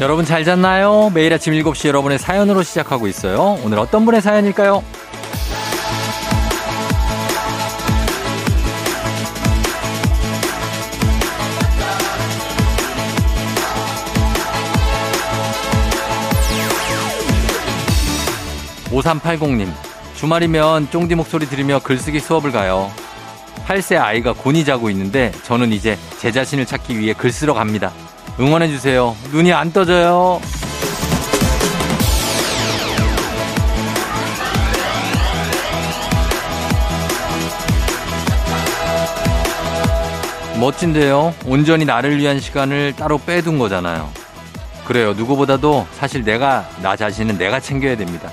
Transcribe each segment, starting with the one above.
여러분 잘 잤나요? 매일 아침 7시 여러분의 사연으로 시작하고 있어요. 오늘 어떤 분의 사연일까요? 5380님, 주말이면 쫑디 목소리 들으며 글쓰기 수업을 가요. 8세 아이가 곤히 자고 있는데 저는 이제 제 자신을 찾기 위해 글 쓰러 갑니다. 응원해주세요. 눈이 안 떠져요. 멋진데요. 온전히 나를 위한 시간을 따로 빼둔 거잖아요. 그래요. 누구보다도 사실 내가, 나 자신은 내가 챙겨야 됩니다.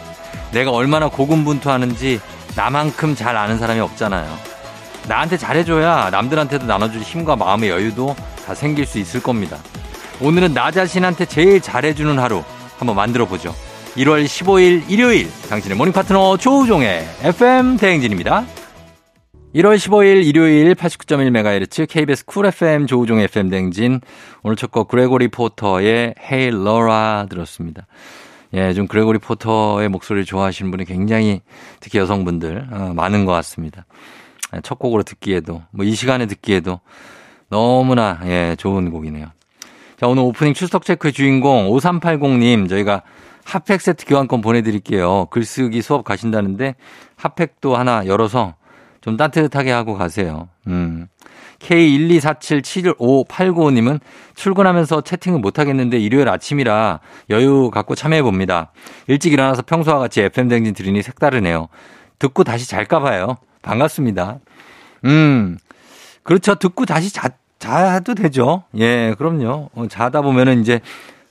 내가 얼마나 고군분투하는지 나만큼 잘 아는 사람이 없잖아요. 나한테 잘해줘야 남들한테도 나눠줄 힘과 마음의 여유도 다 생길 수 있을 겁니다. 오늘은 나 자신한테 제일 잘해주는 하루 한번 만들어 보죠. 1월 15일 일요일 당신의 모닝 파트너 조우종의 FM 대행진입니다. 1월 15일 일요일 89.1MHz KBS 쿨 FM 조우종 FM 대행진 오늘 첫 곡 그레고리 포터의 Hey Laura 들었습니다. 예, 좀 그레고리 포터의 목소리를 좋아하시는 분이 굉장히 특히 여성분들 어, 많은 것 같습니다. 예, 첫 곡으로 듣기에도 뭐 이 시간에 듣기에도 너무나 예, 좋은 곡이네요. 자, 오늘 오프닝 출석 체크의 주인공 5380님 저희가 핫팩 세트 교환권 보내드릴게요. 글쓰기 수업 가신다는데 핫팩도 하나 열어서 좀 따뜻하게 하고 가세요. 음. K124775895님은 출근하면서 채팅을 못하겠는데 일요일 아침이라 여유 갖고 참여해봅니다. 일찍 일어나서 평소와 같이 FM댕진 들으니 색다르네요. 듣고 다시 잘까봐요. 반갑습니다. 음, 그렇죠. 듣고 다시 자, 자도 되죠. 예, 그럼요. 어, 자다 보면은 이제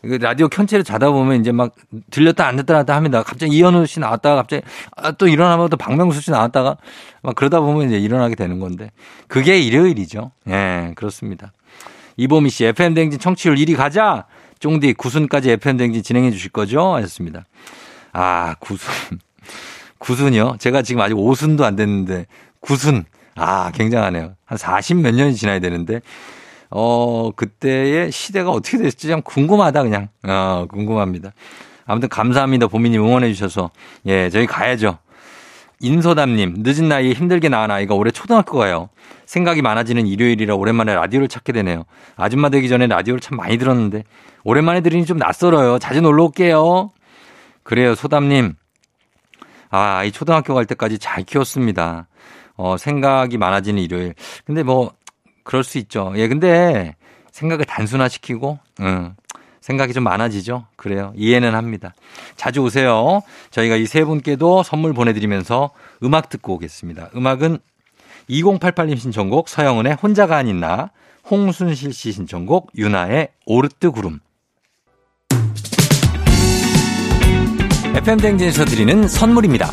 그 라디오 켠채로 자다 보면 이제 막 들렸다 안 들렸다 하다 합니다. 갑자기 이현우 씨 나왔다가 갑자기 아, 또 일어나면 또 박명수 씨 나왔다가 막 그러다 보면 이제 일어나게 되는 건데 그게 일요일이죠. 예, 그렇습니다. 이보미 씨 FM 댕진 청취율 1위 가자. 쫑디 구순까지 FM 댕진 진행해 주실 거죠? 하셨습니다. 아, 구순. 구순이요? 제가 지금 아직 5순도 안 됐는데 구순. 아, 굉장하네요. 한 40 몇 년이 지나야 되는데 어, 그때의 시대가 어떻게 됐을지 참 궁금하다, 그냥. 어, 궁금합니다. 아무튼 감사합니다. 보민님 응원해주셔서. 예, 저희 가야죠. 인소담님, 늦은 나이에 힘들게 낳은 아이가 올해 초등학교 가요. 생각이 많아지는 일요일이라 오랜만에 라디오를 찾게 되네요. 아줌마 되기 전에 라디오를 참 많이 들었는데, 오랜만에 들으니 좀 낯설어요. 자주 놀러 올게요. 그래요, 소담님. 아, 이 초등학교 갈 때까지 잘 키웠습니다. 어, 생각이 많아지는 일요일. 근데 뭐, 그럴 수 있죠. 예, 근데 생각을 단순화시키고, 음, 생각이 좀 많아지죠. 그래요. 이해는 합니다. 자주 오세요. 저희가 이 세 분께도 선물 보내드리면서 음악 듣고 오겠습니다. 음악은 2088님 신청곡 서영은의 혼자가 아닌 나, 홍순실 씨 신청곡 유나의 오르뜨 구름. FM 댕진에서 드리는 선물입니다.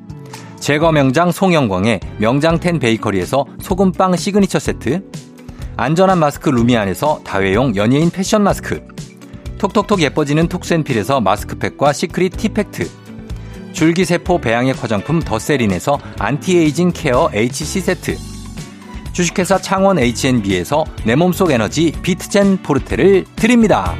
제거 명장 송영광의 명장텐 베이커리에서 소금빵 시그니처 세트. 안전한 마스크 루미안에서 다회용 연예인 패션 마스크 톡톡톡 예뻐지는 톡센필에서 마스크팩과 시크릿 티팩트 줄기세포 배양액 화장품 더세린에서 안티에이징 케어 HC 세트 주식회사 창원 H&B에서 내 몸속 에너지 비트젠 포르테를 드립니다.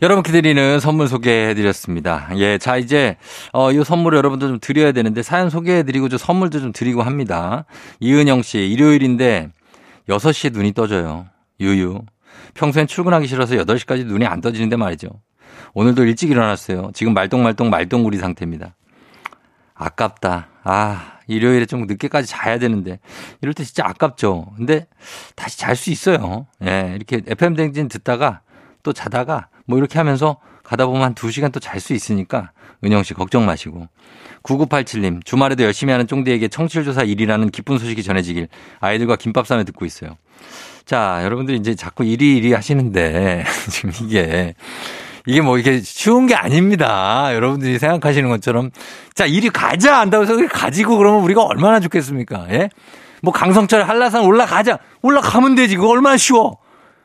여러분께 드리는 선물 소개해드렸습니다. 예, 자 이제 어, 이 선물을 여러분들 좀 드려야 되는데 사연 소개해드리고 저 선물도 좀 드리고 합니다. 이은영 씨 일요일인데 6시에 눈이 떠져요. 유유. 평소엔 출근하기 싫어서 8시까지 눈이 안 떠지는데 말이죠. 오늘도 일찍 일어났어요. 지금 말똥말똥 말똥구리 상태입니다. 아깝다. 아, 일요일에 좀 늦게까지 자야 되는데. 이럴 때 진짜 아깝죠. 근데 다시 잘 수 있어요. 예, 이렇게 FM댕진 듣다가 또 자다가 뭐 이렇게 하면서 가다 보면 한 2시간 또 잘 수 있으니까 은영 씨 걱정 마시고. 9987님, 주말에도 열심히 하는 쫑디에게 청실조사 1위라는 기쁜 소식이 전해지길 아이들과 김밥 싸며 듣고 있어요. 자, 여러분들 이제 자꾸 1위 1위 하시는데 지금 이게 이게 뭐 이게 쉬운 게 아닙니다. 여러분들이 생각하시는 것처럼 자 1위 가자 한다고 해서 가지고 그러면 우리가 얼마나 좋겠습니까? 예? 뭐 강성철 한라산 올라가자 올라가면 되지 그거 얼마나 쉬워?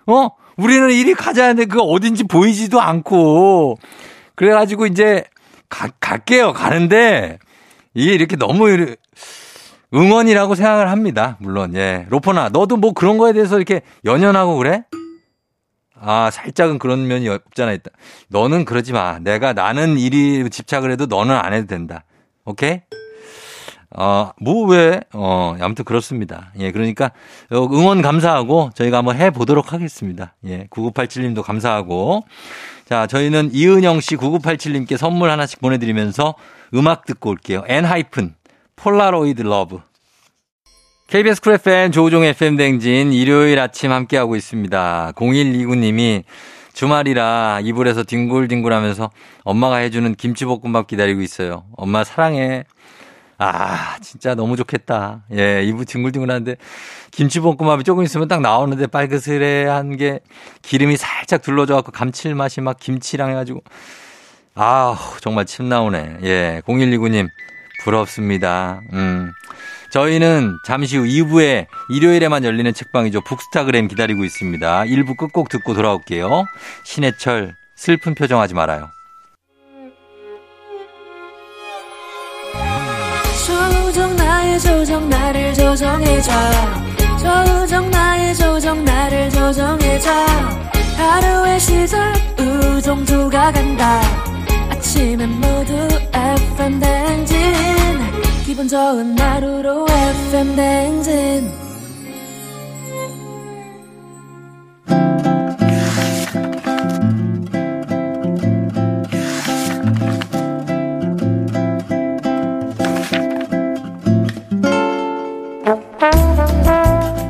어? 우리는 1위 가자 하는데 그거 어딘지 보이지도 않고 그래가지고 이제 가, 갈게요 가는데 이게 이렇게 너무 이렇게 응원이라고 생각을 합니다. 물론 예 로퍼나 너도 뭐 그런 거에 대해서 이렇게 연연하고 그래? 아, 살짝은 그런 면이 없잖아. 있다. 너는 그러지 마. 내가 나는 일이 집착을 해도 너는 안 해도 된다. 오케이? 어, 뭐 왜? 어, 아무튼 그렇습니다. 예, 그러니까 어, 응원 감사하고 저희가 한번 해 보도록 하겠습니다. 예, 9987님도 감사하고 자, 저희는 이은영 씨 9987님께 선물 하나씩 보내 드리면서 음악 듣고 올게요. 엔하이픈 폴라로이드 러브 KBS 쿨 FM 조우종 FM 댕진 일요일 아침 함께하고 있습니다. 0129님이 주말이라 이불에서 뒹굴뒹굴 하면서 엄마가 해주는 김치볶음밥 기다리고 있어요. 엄마 사랑해. 아, 진짜 너무 좋겠다. 예, 이불 뒹굴뒹굴 하는데 김치볶음밥이 조금 있으면 딱 나오는데 빨그스레한 게 기름이 살짝 둘러져갖고 감칠맛이 막 김치랑 해가지고 아, 정말 침 나오네. 예, 0129님 부럽습니다. 음. 저희는 잠시 후 2부에 일요일에만 열리는 책방이죠. 북스타그램 기다리고 있습니다. 1부 끝곡 듣고 돌아올게요. 신해철, 슬픈 표정 하지 말아요. 조정 나의 조정 나를 조정해줘 조정 나의 조정 나를 조정해줘 하루의 시절 우정조가 간다 아침엔 모두 FM 댕진 기분 좋은 하루로 FM 댕진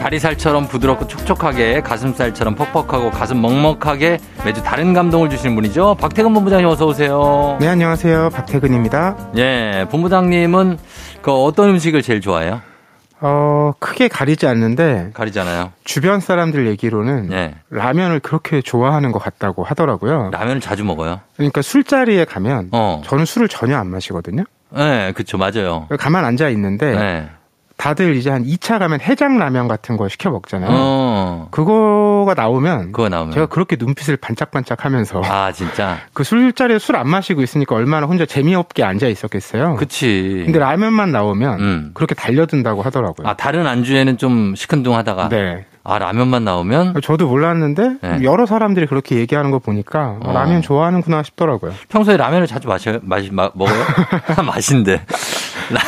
다리살처럼 부드럽고 촉촉하게 가슴살처럼 퍽퍽하고 가슴 먹먹하게 매주 다른 감동을 주시는 분이죠. 박태근 본부장님 어서 오세요. 네, 안녕하세요. 박태근입니다. 예, 본부장님은 그 어떤 음식을 제일 좋아해요? 어, 크게 가리지 않는데 가리잖아요. 주변 사람들 얘기로는 예. 라면을 그렇게 좋아하는 것 같다고 하더라고요. 라면을 자주 먹어요. 그러니까 술자리에 가면 어. 저는 술을 전혀 안 마시거든요. 예, 그쵸, 맞아요. 가만 앉아 있는데 예. 네. 다들 이제 한 2차 가면 해장라면 같은 거 시켜 먹잖아요. 어, 그거가 나오면 그거 나오면. 제가 그렇게 눈빛을 반짝반짝 하면서 아, 진짜. 그 술자리에 술 안 마시고 있으니까 얼마나 혼자 재미없게 앉아 있었겠어요. 그치. 근데 라면만 나오면 음. 그렇게 달려든다고 하더라고요. 아, 다른 안주에는 좀 시큰둥하다가. 네. 아, 라면만 나오면 그러니까 저도 몰랐는데 네. 여러 사람들이 그렇게 얘기하는 거 보니까 어. 라면 좋아하는구나 싶더라고요. 평소에 라면을 자주 마셔요? 마시, 마, 먹어요? 맛인데. 라-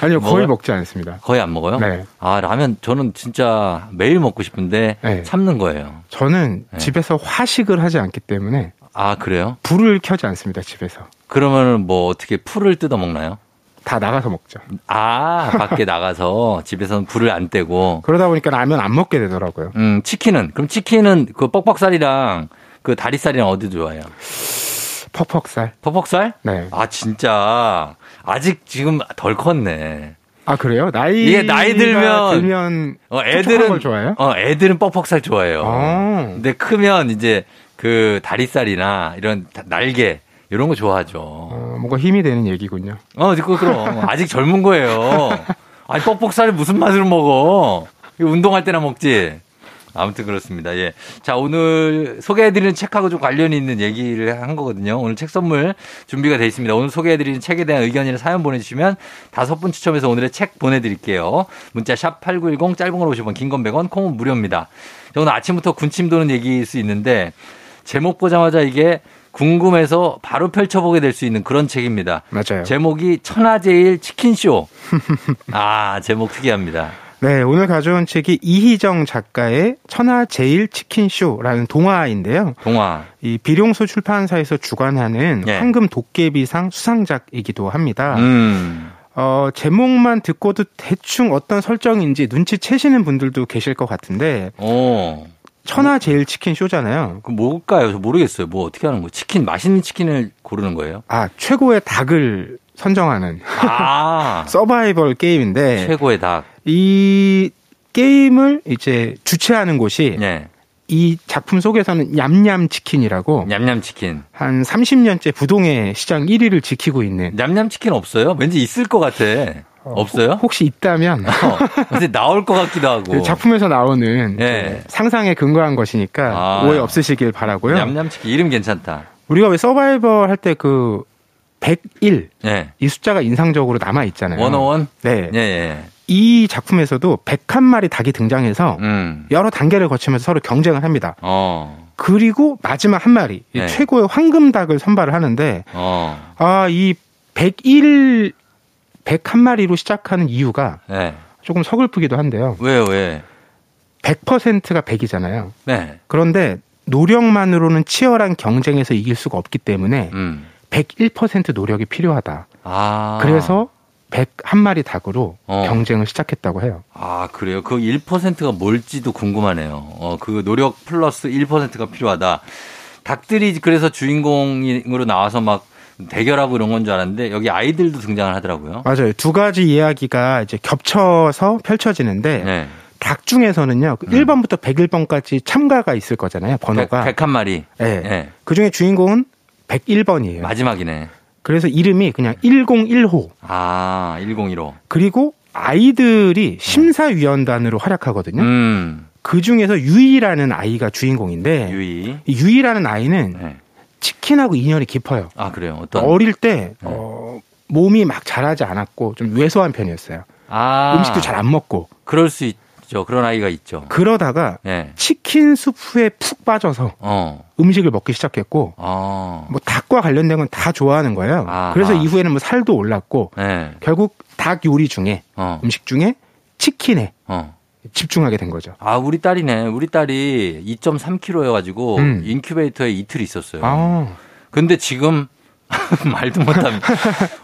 아니요 거의 먹어요? 먹지 않습니다. 거의 안 먹어요? 네. 아, 라면 저는 진짜 매일 먹고 싶은데 네. 참는 거예요. 저는 네. 집에서 화식을 하지 않기 때문에 아, 그래요? 불을 켜지 않습니다. 집에서 그러면 뭐 어떻게 풀을 뜯어 먹나요? 다 나가서 먹죠. 아, 밖에 나가서 집에서는 불을 안 떼고. 그러다 보니까 라면 안 먹게 되더라고요. 음, 치킨은 그럼 치킨은 그 뻑뻑살이랑 그 다리살이랑 어디 좋아해요? 퍽퍽살. 퍽퍽살? 네. 아, 진짜. 아직 지금 덜 컸네. 아 그래요? 나이 이게 나이 들면- 들면 어, 촉촉한 걸 애들은 좋아해요? 어, 애들은 뻑뻑살 좋아해요. 아. 근데 크면 이제 그 다리살이나 이런 다- 날개 이런 거 좋아하죠. 어, 뭔가 힘이 되는 얘기군요. 어, 그거 그럼 아직 젊은 거예요. 아니 뻑뻑살 무슨 맛으로 먹어? 이거 운동할 때나 먹지. 아무튼 그렇습니다. 예. 자, 오늘 소개해드리는 책하고 좀 관련이 있는 얘기를 한 거거든요. 오늘 책 선물 준비가 되어 있습니다. 오늘 소개해드리는 책에 대한 의견이나 사연 보내주시면 다섯 분 추첨해서 오늘의 책 보내드릴게요. 문자 샵 8910 짧은 걸 50원, 긴 건 100원, 콩은 무료입니다. 저 오늘 아침부터 군침 도는 얘기일 수 있는데 제목 보자마자 이게 궁금해서 바로 펼쳐보게 될 수 있는 그런 책입니다. 맞아요. 제목이 천하제일 치킨쇼. 아, 제목 특이합니다. 네, 오늘 가져온 책이 이희정 작가의 천하 제일 치킨 쇼라는 동화인데요. 동화. 이 비룡소 출판사에서 주관하는 예. 황금 도깨비상 수상작이기도 합니다. 음. 어, 제목만 듣고도 대충 어떤 설정인지 눈치채시는 분들도 계실 것 같은데 어. 천하 제일 치킨 쇼잖아요. 그 뭘까요? 저 모르겠어요. 뭐 어떻게 하는 거예요? 치킨, 맛있는 치킨을 고르는 거예요? 아, 최고의 닭을 선정하는 아. 서바이벌 게임인데 최고의 닭. 이 게임을 이제 주최하는 곳이 예. 이 작품 속에서는 얌얌 치킨이라고 냠냠 치킨. 한 30년째 부동의 시장 1위를 지키고 있는 냠냠 치킨 없어요? 왠지 있을 것 같아. 없어요? 혹시 있다면 어. 근데 나올 것 같기도 하고. 그 작품에서 나오는 예. 상상에 근거한 것이니까 아. 오해 없으시길 바라고요. 냠냠 치킨 이름 괜찮다. 우리가 왜 서바이벌 할 때 그 101, 예. 이 숫자가 인상적으로 남아 있잖아요. 101? 네. 예, 예. 이 작품에서도 101마리 닭이 등장해서 음. 여러 단계를 거치면서 서로 경쟁을 합니다. 어. 그리고 마지막 한 마리, 이 네. 최고의 황금 닭을 선발을 하는데, 어. 아, 이 101, 101마리로 시작하는 이유가 예. 조금 서글프기도 한데요. 왜요, 왜? 100%가 100이잖아요. 네. 그런데 노력만으로는 치열한 경쟁에서 이길 수가 없기 때문에 음. 101% 노력이 필요하다. 아. 그래서 101마리 닭으로 어. 경쟁을 시작했다고 해요. 아, 그래요? 그 1%가 뭘지도 궁금하네요. 어, 그 노력 플러스 1%가 필요하다. 닭들이 그래서 주인공으로 나와서 막 대결하고 이런 건 줄 알았는데 여기 아이들도 등장을 하더라고요. 맞아요. 두 가지 이야기가 이제 겹쳐서 펼쳐지는데 네. 음. 닭 중에서는요. 그 1번부터 101번까지 참가가 있을 거잖아요. 번호가. 백, 한 마리. 예. 예. 그중에 주인공은 101번이에요. 마지막이네. 그래서 이름이 그냥 101호. 아, 1015. 그리고 아이들이 심사위원단으로 활약하거든요. 음. 그 중에서 유이라는 아이가 주인공인데 유이. 이 유이라는 아이는 네. 치킨하고 인연이 깊어요. 아, 그래요. 어떤 네. 어릴 때 어, 몸이 막 자라지 않았고 좀 왜소한 편이었어요. 아. 음식도 잘 안 먹고 그럴 수 있죠. 그런 아이가 있죠. 그러다가 예. 치킨 수프에 푹 빠져서 어. 음식을 먹기 시작했고 어. 뭐 닭과 관련된 건 다 좋아하는 거예요. 아하. 그래서 이후에는 뭐 살도 올랐고 예. 결국 닭 요리 중에 어. 음식 중에 치킨에 어. 집중하게 된 거죠. 아, 우리 딸이네. 우리 딸이 2.3kg여가지고 음. 인큐베이터에 이틀 있었어요. 아, 근데 지금 말도 못합니다.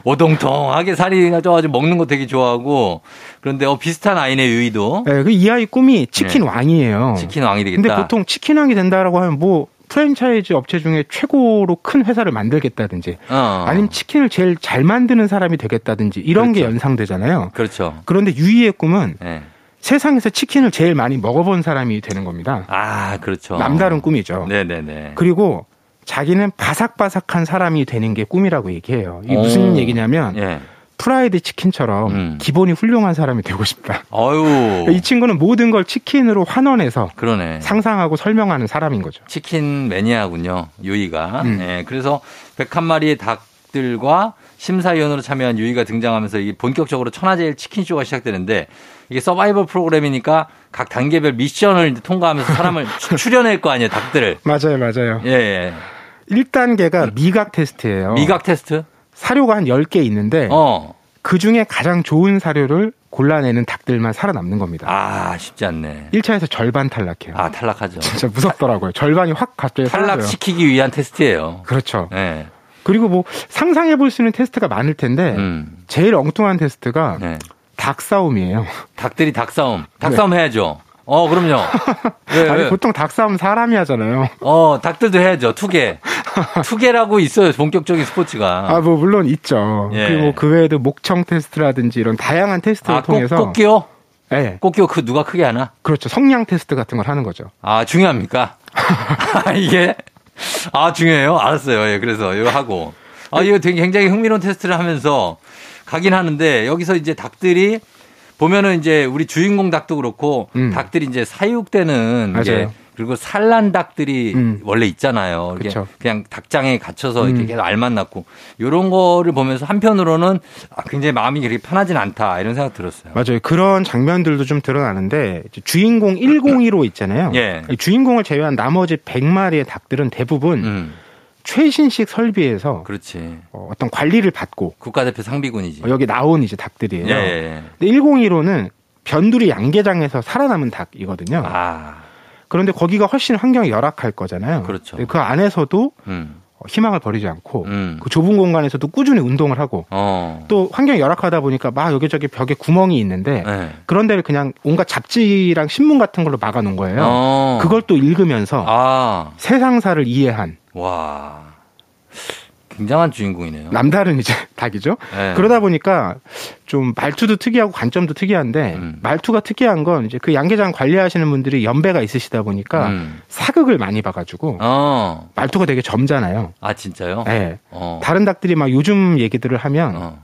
오동통하게 살이 쪄가지고 먹는 거 되게 좋아하고 그런데 어, 비슷한 아이네 유이도 네, 그이 아이 꿈이 치킨 왕이에요. 네. 치킨 왕이 되겠다. 어. 근데 보통 치킨 왕이 된다라고 하면 뭐 프랜차이즈 업체 중에 최고로 큰 회사를 만들겠다든지 어, 어. 아니면 치킨을 제일 잘 만드는 사람이 되겠다든지 이런 게 그렇죠. 연상되잖아요. 그렇죠. 그런데 유이의 꿈은 예. 세상에서 치킨을 제일 많이 먹어본 사람이 되는 겁니다. 아 그렇죠. 남다른 꿈이죠. 네네네. 그리고 자기는 바삭바삭한 사람이 되는 게 꿈이라고 얘기해요. 이게 오. 무슨 얘기냐면 어. 예. 프라이드 치킨처럼 음. 기본이 훌륭한 사람이 되고 싶다. 그러니까 어유. 이 친구는 모든 걸 치킨으로 환원해서 그러네. 상상하고 설명하는 사람인 거죠. 치킨 매니아군요, 유이가. 음. 예, 그래서 101마리의 닭들과 심사위원으로 참여한 유이가 등장하면서 이게 본격적으로 천하제일 치킨쇼가 시작되는데 이게 서바이벌 프로그램이니까 각 단계별 미션을 이제 통과하면서 사람을 추- 추려낼 거 아니에요, 닭들을. 맞아요, 맞아요. 예, 예. 1단계가 미각 테스트예요. 음. 미각 테스트? 사료가 한 10개 있는데 어. 그 중에 가장 좋은 사료를 골라내는 닭들만 살아남는 겁니다. 아, 쉽지 않네. 1차에서 절반 탈락해요. 아, 탈락하죠. 진짜 무섭더라고요. 절반이 확 갑자기 사라져요. 탈락시키기 위한 테스트예요. 그렇죠. 예. 그리고 뭐 상상해 볼 수 있는 테스트가 많을 텐데 음. 제일 엉뚱한 테스트가 네. 닭 싸움이에요. 닭들이 닭싸움. 닭싸움 해야죠. 어, 그럼요. 예, 네. 아니 예. 보통 닭 싸움 사람이 하잖아요. 어, 닭들도 해야죠. 투게. 투게라고 있어요. 본격적인 스포츠가. 아, 뭐, 물론 있죠. 예. 그리고 그 외에도 목청 테스트라든지 이런 다양한 테스트를 아, 통해서. 꼭, 끼워? 예, 꼭 끼워. 그 누가 크게 하나? 그렇죠. 성량 테스트 같은 걸 하는 거죠. 아, 중요합니까? 아, 이게? 아, 중요해요? 알았어요. 예, 그래서 이거 하고. 아, 이거 되게 굉장히 흥미로운 테스트를 하면서 가긴 하는데 여기서 이제 닭들이 보면은 이제 우리 주인공 닭도 그렇고 음. 닭들이 이제 사육되는 게 맞아요. 그리고 산란 닭들이 음. 원래 있잖아요. 이게 그쵸. 그냥 닭장에 갇혀서 이렇게 음. 계속 알만 낳고 이런 거를 보면서 한편으로는 아, 굉장히 마음이 그렇게 편하진 않다 이런 생각 들었어요. 맞아요. 그런 장면들도 좀 드러나는데 이제 주인공 101호 있잖아요. 예. 이 주인공을 제외한 나머지 100마리의 닭들은 대부분 음, 최신식 설비에서 그렇지. 어, 어떤 관리를 받고 국가대표 상비군이지. 어, 여기 나온 이제 닭들이에요. 예, 예, 예. 근데 101호는 변두리 양계장에서 살아남은 닭이거든요. 아, 그런데 거기가 훨씬 환경이 열악할 거잖아요. 그렇죠. 근데 그 안에서도 어, 음, 희망을 버리지 않고 음. 그 좁은 공간에서도 꾸준히 운동을 하고 어. 또 환경이 열악하다 보니까 막 여기저기 벽에 구멍이 있는데 예. 그런 데를 그냥 온갖 잡지랑 신문 같은 걸로 막아놓은 거예요. 어. 그걸 또 읽으면서 아, 세상사를 이해한 와. 굉장한 주인공이네요. 남다른 이제 닭이죠. 예. 그러다 보니까 좀 말투도 특이하고 관점도 특이한데 음. 말투가 특이한 건 이제 그 양계장 관리하시는 분들이 연배가 있으시다 보니까 음. 사극을 많이 봐가지고 어. 말투가 되게 점잖아요. 아, 진짜요? 예. 어. 다른 닭들이 막 요즘 얘기들을 하면 어.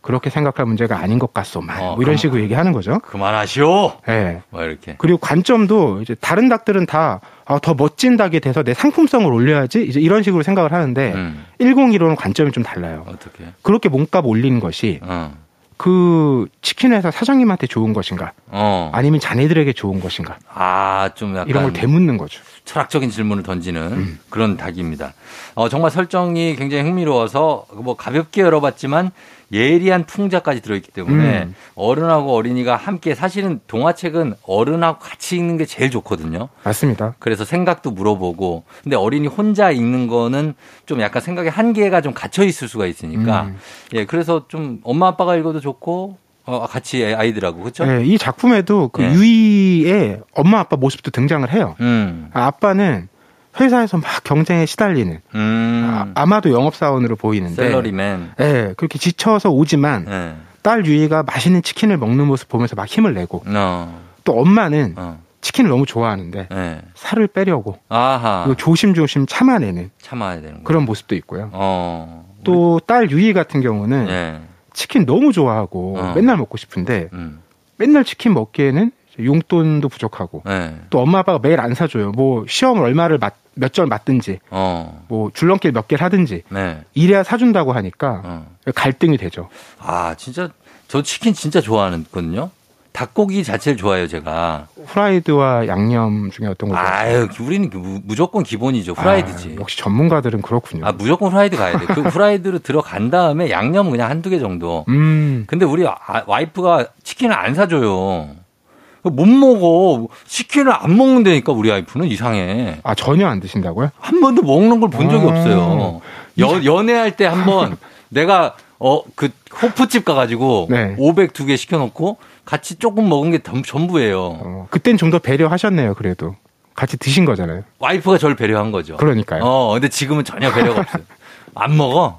그렇게 생각할 문제가 아닌 것 같소만 어, 뭐 이런 그럼- 식으로 얘기하는 거죠. 그만하시오. 예. 뭐 이렇게. 그리고 관점도 이제 다른 닭들은 다 아, 더 멋진 닭이 돼서 내 상품성을 올려야지 이제 이런 식으로 생각을 하는데 음. 101호는 관점이 좀 달라요. 어떻게? 그렇게 몸값 올리는 것이 어. 그 치킨 회사 사장님한테 좋은 것인가 어. 아니면 자네들에게 좋은 것인가 아, 좀 약간 이런 걸 되묻는 거죠. 철학적인 질문을 던지는 음. 그런 닭입니다. 어, 정말 설정이 굉장히 흥미로워서 뭐 가볍게 열어봤지만 예리한 풍자까지 들어있기 때문에 음. 어른하고 어린이가 함께 사실은 동화책은 어른하고 같이 읽는 게 제일 좋거든요. 맞습니다. 그래서 생각도 물어보고 근데 어린이 혼자 읽는 거는 좀 약간 생각의 한계가 좀 갇혀 있을 수가 있으니까 음. 예 그래서 좀 엄마 아빠가 읽어도 좋고 어 같이 애- 아이들하고 그렇죠 예, 이 작품에도 그 예. 유이의 엄마 아빠 모습도 등장을 해요. 음음 아, 아빠는 회사에서 막 경쟁에 시달리는 음. 아, 네. 마도 영업 사원으로 보이는데 셀러리맨 예, 그렇게 지쳐서 오지만 예. 딸 유이가 맛있는 치킨을 먹는 모습 보면서 막 힘을 내고 어, 또 엄마는 어, 치킨을 너무 좋아하는데 예. 살을 빼려고 아하 그리고 조심조심 참아내는 참아야 되는 거 그런 모습도 있고요. 어 또 네. 딸 유이 같은 경우는 예. 치킨 너무 좋아하고 어. 맨날 먹고 싶은데 음. 맨날 치킨 먹기에는 용돈도 부족하고 예. 또 엄마 아빠가 매일 안 사줘요. 뭐 시험을 얼마를 맞- 몇 절 맞든지 어. 뭐 줄넘길 몇 개를 하든지 네. 이래야 사준다고 하니까 어. 갈등이 되죠. 아, 진짜 저 치킨 진짜 좋아하는거든요. 닭고기 자체를 좋아해요, 제가. 어, 후라이드와 양념 중에 어떤 걸 아유, 기- 우리는 그 무- 무조건 기본이죠. 그렇죠. 아, 후라이드지. 역시 전문가들은 그렇군요. 아, 무조건 후라이드 가야 돼. 그 후라이드로 들어간 다음에 양념은 그냥 한두 개 정도. 음. 근데 우리 아- 와이프가 치킨을 안 사줘요. 못 먹어. 치킨을 안 먹는다니까 우리 와이프는 이상해. 아 전혀 안 드신다고요? 한 번도 먹는 걸 본 적이 아. 없어요. 여- 연애할 때 한 번 내가 어 그 호프집 가가지고 네. 500 두 개 시켜놓고 같이 조금 먹은 게 덤- 전부예요. 어, 그땐 좀 더 배려하셨네요. 그래도 같이 드신 거잖아요. 와이프가 저를 배려한 거죠. 그러니까요. 어, 근데 지금은 전혀 배려가 없어요. 안 먹어?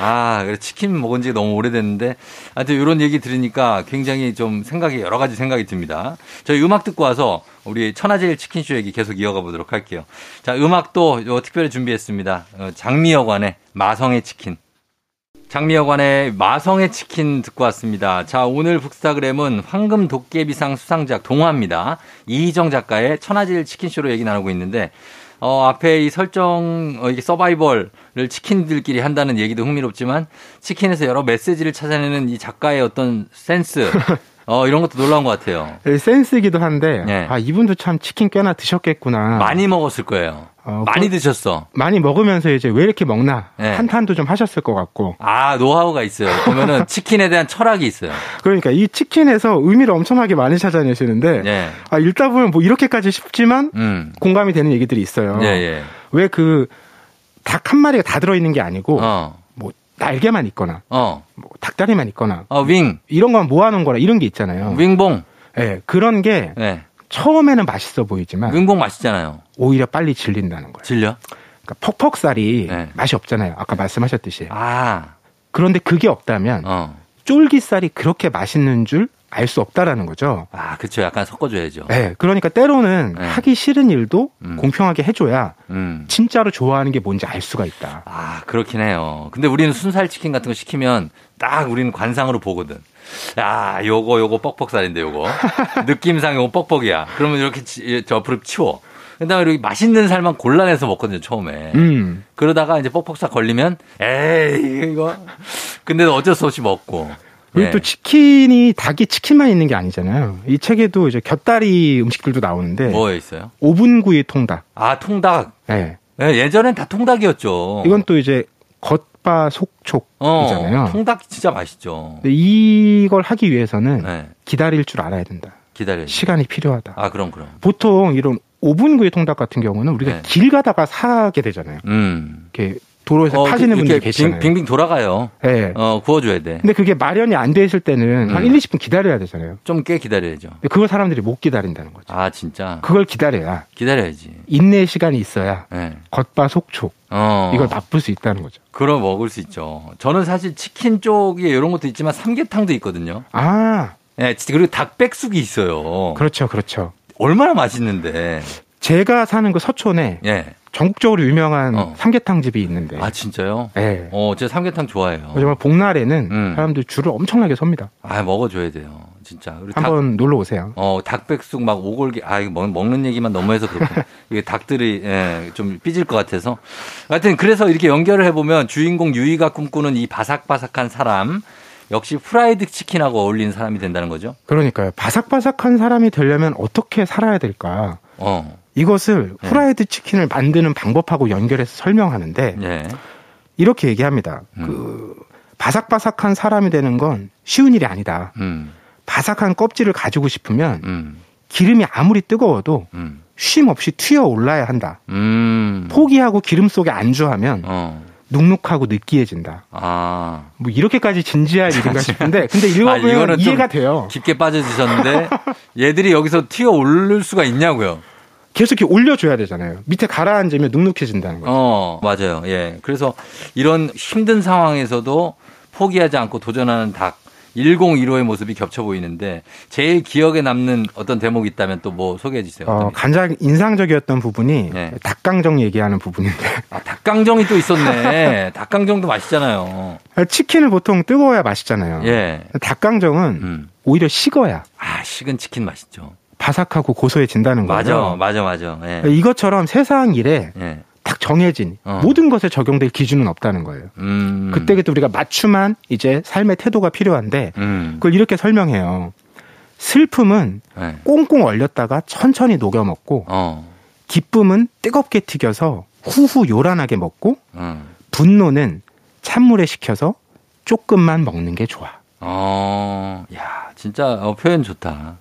아, 그래. 치킨 먹은 지 너무 오래됐는데. 하여튼 이런 얘기 들으니까 굉장히 좀 생각이, 여러 가지 생각이 듭니다. 저희 음악 듣고 와서 우리 천하제일 치킨쇼 얘기 계속 이어가 보도록 할게요. 자, 음악도 요 특별히 준비했습니다. 어, 장미여관의 마성의 치킨. 장미여관의 마성의 치킨 듣고 왔습니다. 자, 오늘 북스타그램은 황금 도깨비상 수상작 동화입니다. 이희정 작가의 천하질 치킨쇼로 얘기 나누고 있는데, 어, 앞에 이 설정, 어, 이게 서바이벌을 치킨들끼리 한다는 얘기도 흥미롭지만, 치킨에서 여러 메시지를 찾아내는 이 작가의 어떤 센스, 어, 이런 것도 놀라운 것 같아요. 예, 센스이기도 한데 네. 아 이분도 참 치킨 꽤나 드셨겠구나. 많이 먹었을 거예요. 어, 많이 드셨어. 많이 먹으면서 이제 왜 이렇게 먹나 네. 한탄도 좀 하셨을 것 같고 아, 노하우가 있어요. 보면은 치킨에 대한 철학이 있어요. 그러니까 이 치킨에서 의미를 엄청나게 많이 찾아내시는데 예. 아 읽다 보면 뭐 이렇게까지 쉽지만 음. 공감이 되는 얘기들이 있어요. 예, 예. 왜 그 닭 한 마리가 다 들어있는 게 아니고 어, 뭐 날개만 있거나 어. 뭐 닭다리만 있거나 어, 윙, 이런 건 모아놓은 거라 이런 어. 게 있잖아요. 윙봉. 예, 그런 게 예. 처음에는 맛있어 보이지만 윙봉 맛있잖아요. 오히려 빨리 질린다는 거예요. 질려? 그러니까 퍽퍽살이 네. 맛이 없잖아요. 아까 말씀하셨듯이. 아, 그런데 그게 없다면 어. 쫄깃살이 그렇게 맛있는 줄 알 수 없다라는 거죠. 아, 그쵸. 약간 섞어줘야죠. 네, 그러니까 때로는 아. 네. 하기 싫은 일도 음. 공평하게 해줘야 음. 진짜로 좋아하는 게 뭔지 알 수가 있다. 아, 그렇긴 해요. 근데 우리는 순살 치킨 같은 거 시키면 딱 우리는 관상으로 보거든. 야, 요거, 요거 뻑뻑살인데, 요거. 느낌상 요거 뻑뻑이야. 그러면 이렇게 치- 저 앞으로 치워. 그 다음에 이렇게 맛있는 살만 골라내서 먹거든요, 처음에. 음, 그러다가 이제 뻑뻑살 걸리면, 에이, 이거. 근데 어쩔 수 없이 먹고. 그리고 예. 또 치킨이 닭이 치킨만 있는 게 아니잖아요. 이 책에도 이제 곁다리 음식들도 나오는데 뭐에 있어요? 오븐 구이 통닭. 아, 통닭. 네. 예, 예전엔 다 통닭이었죠. 이건 또 이제 겉바 속촉이잖아요. 네. 어, 통닭 진짜 맛있죠. 근데 이걸 하기 위해서는 네, 기다릴 줄 알아야 된다. 기다려요. 시간이 필요하다. 아, 그럼, 그럼. 보통 이런 오븐 구이 통닭 같은 경우는 우리가 네. 길 가다가 사게 되잖아요. 음. 이렇게 도로에서 어, 파시는 이렇게 분들이 빙- 계시잖아요. 빙빙 돌아가요. 예. 어, 구워줘야 돼. 근데 그게 마련이 안 돼 있을 때는 한 음. 1, 20분 기다려야 되잖아요. 좀 꽤 기다려야죠. 근데 그걸 사람들이 못 기다린다는 거죠. 아, 진짜? 그걸 기다려야 기다려야지. 인내 시간이 있어야 예. 겉바 속촉 어. 이걸 맛볼 수 있다는 거죠. 그럼 먹을 수 있죠. 저는 사실 치킨 쪽에 이런 것도 있지만 삼계탕도 있거든요. 아, 예, 지- 그리고 닭백숙이 있어요. 그렇죠, 그렇죠. 얼마나 맛있는데. 제가 사는 그 서촌에 예. 전국적으로 유명한 어. 삼계탕 집이 있는데, 아, 진짜요? 예. 어, 제가 삼계탕 좋아해요. 정말 복날에는 음. 사람들 줄을 엄청나게 섭니다. 아, 먹어줘야 돼요. 진짜. 그리고 닭- 한번 놀러 오세요. 어, 닭백숙 막 오골기, 아, 이거 먹, 먹는 얘기만 너무 해서 그렇고. 이게 닭들이, 예, 좀 삐질 것 같아서. 하여튼, 그래서 이렇게 연결을 해보면 주인공 유이가 꿈꾸는 이 바삭바삭한 사람, 역시 프라이드 치킨하고 어울리는 사람이 된다는 거죠. 그러니까요. 바삭바삭한 사람이 되려면 어떻게 살아야 될까? 어, 이것을 네. 후라이드 치킨을 만드는 방법하고 연결해서 설명하는데 예. 음. 이렇게 얘기합니다. 네. 그 바삭바삭한 사람이 되는 건 쉬운 일이 아니다. 음, 바삭한 껍질을 가지고 싶으면 음, 기름이 아무리 뜨거워도 음, 쉼 없이 튀어 올라야 한다. 음. 포기하고 기름 속에 안주하면 어, 눅눅하고 느끼해진다. 아. 뭐 이렇게까지 진지한 일인가 싶은데 근데 읽어보면 이거는 좀 이해가 돼요. 깊게 빠져주셨는데, 얘들이 여기서 튀어 오를 수가 있냐고요. 계속 이렇게 올려줘야 되잖아요. 밑에 가라앉으면 눅눅해진다는 거예요. 어, 맞아요. 예. 그래서 이런 힘든 상황에서도 포기하지 않고 도전하는 닭 1015의 모습이 겹쳐 보이는데 제일 기억에 남는 어떤 대목이 있다면 또 뭐 소개해 주세요. 어, 어떤 게? 가장 인상적이었던 부분이 네. 닭강정 얘기하는 부분인데 아, 닭강정이 또 있었네. 닭강정도 맛있잖아요. 치킨을 보통 뜨거워야 맛있잖아요. 예. 닭강정은 음. 오히려 식어야 아, 식은 치킨 맛있죠. 바삭하고 고소해진다는 맞아. 거예요. 맞아. 그러니까 맞아. 예. 이것처럼 세상 일에 예. 딱 정해진 어. 모든 것에 적용될 기준은 없다는 거예요. 음. 그때그때 우리가 맞춤한 이제 삶의 태도가 필요한데 음. 그걸 이렇게 설명해요. 슬픔은 예. 꽁꽁 얼렸다가 천천히 녹여 먹고 어. 기쁨은 뜨겁게 튀겨서 후후 요란하게 먹고 음. 분노는 찬물에 식혀서 조금만 먹는 게 좋아. 어. 야, 진짜 어, 표현 좋다.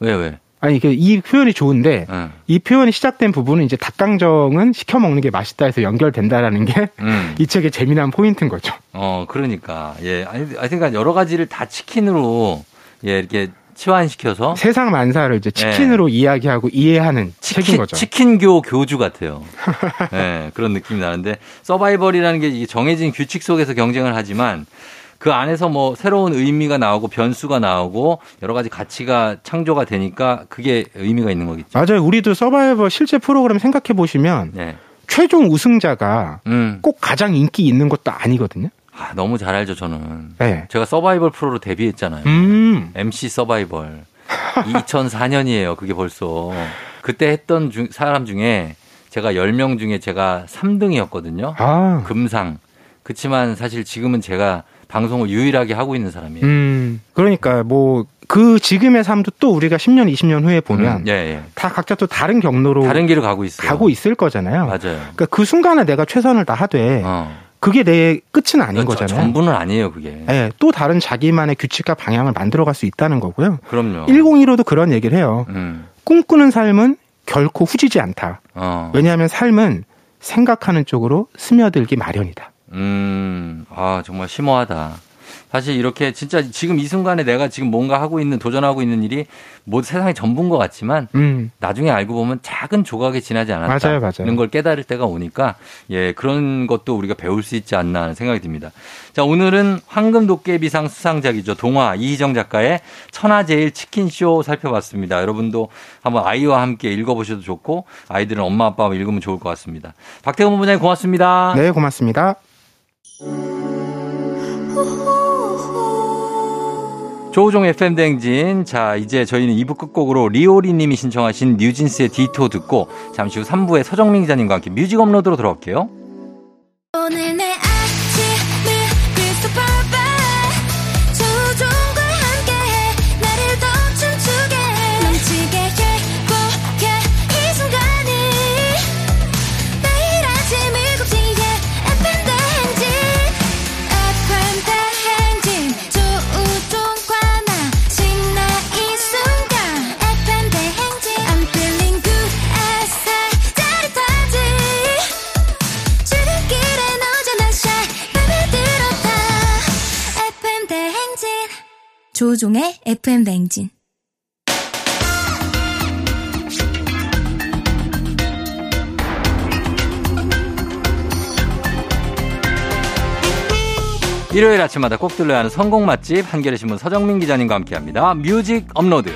왜 왜? 아니 이게 이 표현이 좋은데 응. 이 표현이 시작된 부분은 이제 닭강정은 시켜 먹는 게 맛있다 해서 연결된다라는 게 이 음. 책의 재미난 포인트인 거죠. 어, 그러니까. 예. 아니, 아니, 그러니까 여러 가지를 다 치킨으로, 예, 이렇게 치환시켜서. 세상 만사를 이제 치킨으로 이야기하고 이해하는 책인 어? 네. 치킨, 거죠. 치킨교 교주 같아요. 예, 그런 느낌이 나는데, 서바이벌이라는 게 이게 정해진 규칙 속에서 경쟁을 하지만, 그 안에서 뭐 새로운 의미가 나오고 변수가 나오고 여러 가지 가치가 창조가 되니까 그게 의미가 있는 거겠죠. 맞아요. 우리도 서바이벌 실제 프로그램 생각해 보시면 예. 최종 우승자가 음. 꼭 가장 인기 있는 것도 아니거든요. 아, 너무 잘 알죠, 저는. 네. 제가 서바이벌 프로로 데뷔했잖아요. 음. MC 서바이벌. 2004년이에요. 그게 벌써. 그때 했던 중- 사람 중에 제가 10명 중에 제가 3등이었거든요. 아. 금상. 그렇지만 사실 지금은 제가 방송을 유일하게 하고 있는 사람이에요. 음. 그러니까 뭐 그 지금의 삶도 또 우리가 10년, 20년 후에 보면 음, 예, 예. 다 각자 또 다른 경로로 다른 길을 가고 있어요. 가고 있을 거잖아요. 맞아요. 그러니까 그 순간에 내가 최선을 다하되 어. 그게 내 끝은 아닌 저- 거잖아요. 전부는 아니에요, 그게. 예, 또 다른 자기만의 규칙과 방향을 만들어갈 수 있다는 거고요. 그럼요. 101호도 그런 얘기를 해요. 음. 꿈꾸는 삶은 결코 후지지 않다. 어. 왜냐하면 삶은 생각하는 쪽으로 스며들기 마련이다. 음. 아, 정말 심오하다. 사실 이렇게 진짜 지금 이 순간에 내가 지금 뭔가 하고 있는 도전하고 있는 일이 뭐 세상의 전부인 것 같지만 음. 나중에 알고 보면 작은 조각에 지나지 않았다는 맞아요, 맞아요. 걸 깨달을 때가 오니까 예 그런 것도 우리가 배울 수 있지 않나 하는 생각이 듭니다. 자 오늘은 황금 도깨비상 수상작이죠 동화 이희정 작가의 천하제일 치킨쇼 살펴봤습니다. 여러분도 한번 아이와 함께 읽어보셔도 좋고 아이들은 엄마 아빠와 읽으면 좋을 것 같습니다. 박태훈 본부장님 고맙습니다. 네, 고맙습니다. 조우종 FM 대행진. 자, 이제 저희는 2부 끝곡으로 리오리 님이 신청하신 뉴진스의 디토 듣고 잠시 후 3부에 서정민 기자님과 함께 뮤직 업로드로 돌아올게요. 오늘 내 아침을 비슷 봐봐 조종과 함께해 나를 더 춤추게 해 넘치게 행복해 이 순간이 매일 아침 7시에 FM 대행진 FM 대행진 조우종과 나 신나 이 순간 FM 대행진 I'm feeling good as I 짜릿하지 출근길에 너잖아 샤맘에 들었다 FM 대행진 조종의 FM 대행진 일요일 아침마다 꼭 들러야 하는 성공 맛집 한겨레 신문 서정민 기자님과 함께 합니다. 뮤직 업로드.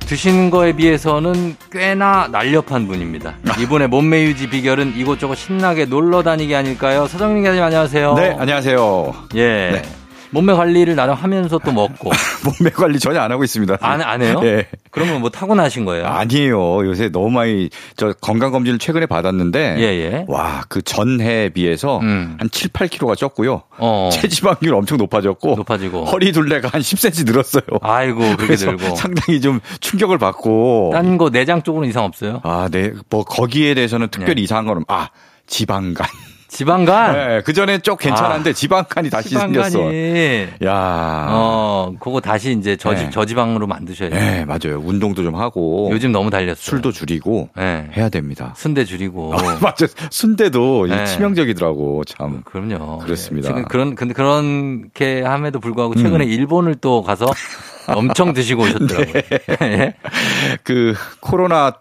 드신 거에 비해서는 꽤나 날렵한 분입니다. 이번에 몸매 유지 비결은 이곳저곳 신나게 놀러 다니기 아닐까요? 서정민 기자님 안녕하세요. 네, 안녕하세요. 예. 네. 몸매 관리를 나름 하면서 또 먹고 몸매 관리 전혀 안 하고 있습니다. 안, 안 해요? 예. 그러면 뭐 타고나신 거예요? 아니에요. 요새 너무 많이 저 건강 검진을 최근에 받았는데 예, 예. 와, 그 전해에 비해서 음. 한 7, 8kg가 쪘고요. 어, 체지방률 엄청 높아졌고 높아지고. 허리 둘레가 한 10cm 늘었어요. 아이고, 그렇게 그래서 들고. 상당히 좀 충격을 받고 딴 거 내장 쪽으로는 이상 없어요? 아, 네. 뭐 거기에 대해서는 네. 특별히 이상한 거는 아, 지방간. 지방간? 네, 그 전에 쪽 괜찮았는데 지방간이 다시 생겼어. 지방간이. 야. 아, 어, 그거 다시 이제 저지, 네. 저지방으로 만드셔야 돼요. 네, 맞아요. 운동도 좀 하고 요즘 너무 달렸어요. 술도 어. 줄이고 네. 해야 됩니다. 순대 줄이고. 맞죠. 순대도 이 네. 치명적이더라고 참. 그럼요. 그렇습니다. 음. 예. 지금 그런, 근데 그렇게 함에도 불구하고 최근에 일본을 또 가서 엄청 드시고 오셨더라고요. 네. 예. 그 코로나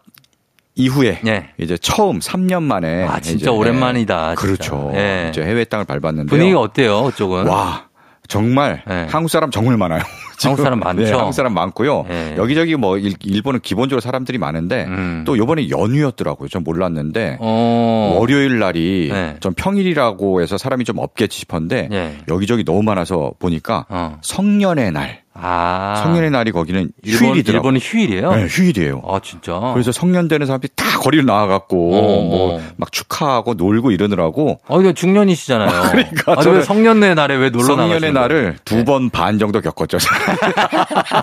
이후에 예. 이제 처음 3년 만에 아, 진짜 이제, 오랜만이다, 진짜. 그렇죠. 예. 이제 해외 땅을 밟았는데 분위기가 어때요, 그쪽은? 와 정말 예. 한국 사람 정말 많아요. 지금. 사람 많죠? 네, 한국 사람 많고요. 예. 여기저기 뭐 일, 본은 기본적으로 사람들이 많은데 음. 또 요번에 연휴였더라고요. 전 몰랐는데 어. 월요일 날이 네. 좀 평일이라고 해서 사람이 좀 없겠지 싶었는데 예. 여기저기 너무 많아서 보니까 어. 성년의 날, 아. 성년의 날이 거기는 일본, 휴일이더라고요. 일본은 휴일이에요? 네, 휴일이에요. 아, 진짜. 그래서 성년되는 사람들이 다 거리를 나와갖고 어, 어. 뭐 막 축하하고 놀고 이러느라고 아, 이거 중년이시잖아요. 그러니까 아니, 왜 저는 성년의 날에 왜 놀러 나가시는 성년의 거예요? 네. 날을 두 번 반 정도 겪었죠.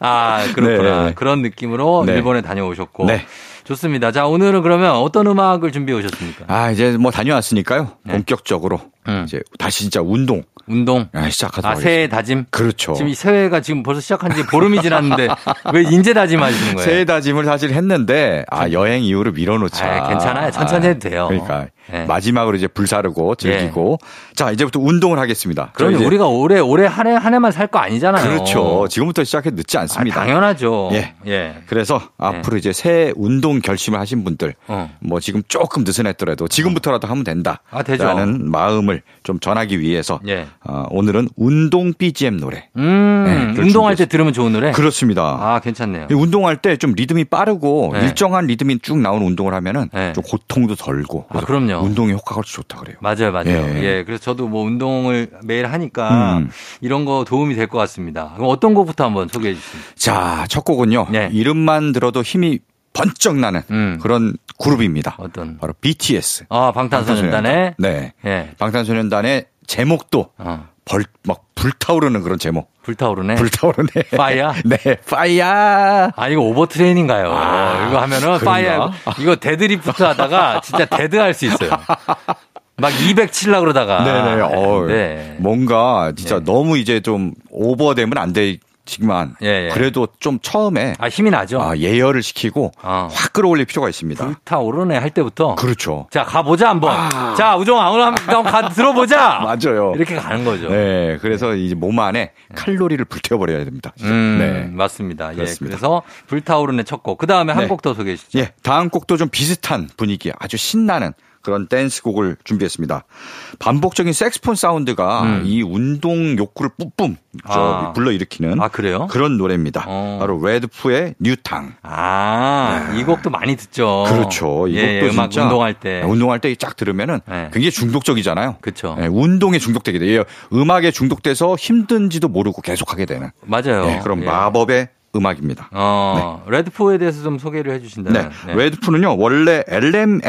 아, 그렇구나. 네. 그런 느낌으로 네. 일본에 다녀오셨고. 네. 좋습니다. 자, 오늘은 그러면 어떤 음악을 준비해 오셨습니까? 아 이제 뭐 다녀왔으니까요. 본격적으로 네. 음. 이제 다시 진짜 운동 운동. 아, 시작하도록 아, 새해 다짐? 그렇죠. 지금 이 새해가 지금 벌써 시작한 지 보름이 지났는데 왜 인제 다짐하시는 거예요? 새해 다짐을 사실 했는데 아 여행 이후로 밀어놓자. 아, 괜찮아요. 천천히 아, 해도 돼요. 그러니까 네. 예. 마지막으로 이제 불사르고 즐기고 자 이제부터 운동을 하겠습니다. 그러면 저 이제- 우리가 올해, 올해 한 해, 한 해만 살 거 아니잖아요. 어. 그렇죠. 지금부터 시작해도 늦지 아, 않습니다. 당연하죠. 네. 예. 그래서 앞으로 이제 새해 운동 결심을 하신 분들 어. 뭐 지금 조금 느슨했더라도 지금부터라도 하면 된다. 아, 되죠. 라는 마음을 좀 전하기 위해서 예. 어, 오늘은 운동 BGM 노래. 음, 네, 그걸 운동할 때 준비했어요. 들으면 좋은 노래? 그렇습니다. 네. 아, 괜찮네요. 이 운동할 때 좀 리듬이 빠르고 네. 일정한 리듬이 쭉 나오는 운동을 하면은 네. 좀 고통도 덜고 아, 그럼요. 운동의 효과가 좋다 그래요. 맞아요, 맞아요. 예. 예. 그래서 저도 뭐 운동을 매일 하니까 음. 이런 거 도움이 될 것 같습니다. 그럼 어떤 곡부터 한번 소개해 주시죠. 자, 첫 곡은요. 네. 이름만 들어도 힘이 번쩍 나는 음. 그런 그룹입니다. 어떤? 바로 BTS. 아, 방탄소년단의 네. 예. 방탄소년단의 제목도 어, 벌, 막 불타오르는 그런 제목. 불타오르네. 불타오르네. 파이어? 네, 파이어. 아, 이거 오버트레인인가요? 아, 이거 하면은 그런가? 파이어 이거 데드리프트 하다가 진짜 데드 할 수 있어요. 막 207라 그러다가. 네네, 네, 어, 아, 네. 뭔가 진짜 네. 너무 이제 좀 오버되면 안 되지 지만 예, 예. 그래도 좀 처음에 아, 힘이 나죠? 아, 예열을 시키고 어. 확 끌어올릴 필요가 있습니다. 불타 어. 오르네 할 때부터. 그렇죠. 자, 가보자, 한번. 자, 우종아, 오늘 한번 한번 가, 들어보자! 맞아요. 이렇게 가는 거죠. 네. 네, 그래서 이제 몸 안에 칼로리를 불태워버려야 됩니다. 진짜. 음, 네. 맞습니다. 그렇습니다. 예, 그래서 불타오르네 첫 곡. 그 다음에 네. 한 곡 더 소개해 주시죠. 예, 다음 곡도 좀 비슷한 분위기, 아주 신나는 그런 댄스 곡을 준비했습니다. 반복적인 색스폰 사운드가 음. 이 운동 욕구를 뿜뿜 저 아. 불러일으키는 아, 그래요? 그런 노래입니다. 어. 바로 레드푸의 뉴탕. 아, 이 곡도 많이 듣죠. 그렇죠. 이 예, 곡도 예, 음악 진짜 운동할 때. 운동할 때 쫙 들으면은 네. 굉장히 중독적이잖아요. 그쵸. 예, 운동에 중독되게 돼요. 음악에 중독돼서 힘든지도 모르고 계속하게 되는 맞아요. 예, 그런 예. 마법의 음악입니다. 어, 레드포에 대해서 좀 소개를 해 네. 주신다면. 어, 레드푸는요, 원래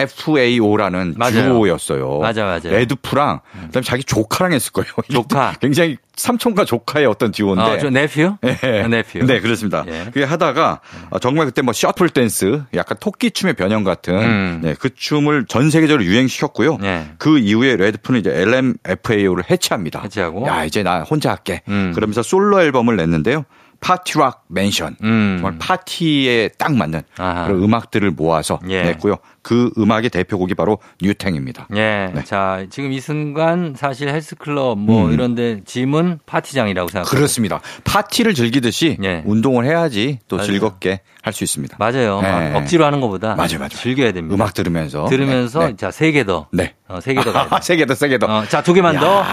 LMFAO라는 맞아요. 주호였어요. 맞아, 맞아. 레드푸랑, 그 다음에 자기 조카랑 했을 거예요. 조카. 굉장히 삼촌과 조카의 어떤 듀오인데. 어, 저 네퓨? 예. 네퓨. 네, 그렇습니다. 예. 그게 하다가 아, 정말 그때 뭐 셔플 댄스, 약간 토끼 춤의 변형 같은 음. 네, 그 춤을 전 세계적으로 유행시켰고요. 예. 그 이후에 레드푸는 이제 LMFAO를 해체합니다. 해체하고. 야, 이제 나 혼자 할게. 음. 그러면서 솔로 앨범을 냈는데요. 파티락 맨션. 음. 정말 파티에 딱 맞는 아하. 그런 음악들을 모아서 예. 냈고요. 그 음악의 대표곡이 바로 뉴탱입니다. 예. 네. 자, 지금 이 순간 사실 헬스클럽 뭐 음. 이런데 짐은 파티장이라고 생각하고. 그렇습니다. 파티를 즐기듯이 예. 운동을 해야지 또 맞아요. 즐겁게 할 수 있습니다. 맞아요. 네. 아, 억지로 하는 것보다 맞아요, 맞아요. 즐겨야 됩니다. 음악 들으면서 들으면서 네, 자, 세 개 더. 네. 어, 세 개 더 가야 돼. 네. 세게 더 세게 더 어, 자, 두 개만 더.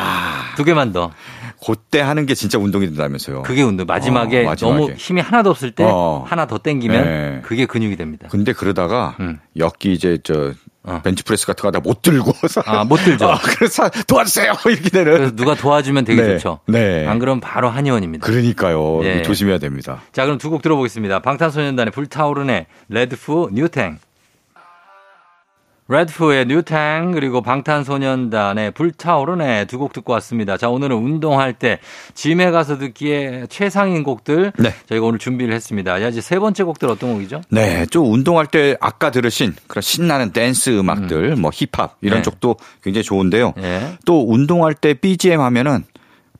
두 개만 더. 그때 하는 게 진짜 운동이 된다면서요. 그게 운동. 마지막에, 어, 마지막에. 너무 힘이 하나도 없을 때 어. 하나 더 땡기면 네. 그게 근육이 됩니다. 근데 그러다가 음. 역기 이제 저 어. 벤치프레스 같은 거 하다 못 들고 아, 못 들죠. 아, 그래서 도와주세요 이렇게 되는. 그래서 누가 도와주면 되게 네. 좋죠. 네. 안 그러면 바로 한의원입니다. 그러니까요. 예. 조심해야 됩니다. 자, 그럼 두 곡 들어보겠습니다. 방탄소년단의 불타오르네, 레드푸, 뉴탱. 레드푸의 뉴탱, 그리고 방탄소년단의 불타오르네 두 곡 듣고 왔습니다. 자, 오늘은 운동할 때, 짐에 가서 듣기에 최상인 곡들 네. 저희가 오늘 준비를 했습니다. 야, 이제 세 번째 곡들 어떤 곡이죠? 네, 좀 운동할 때 아까 들으신 그런 신나는 댄스 음악들, 뭐 힙합 이런 네. 쪽도 굉장히 좋은데요. 예. 또 운동할 때 BGM 하면은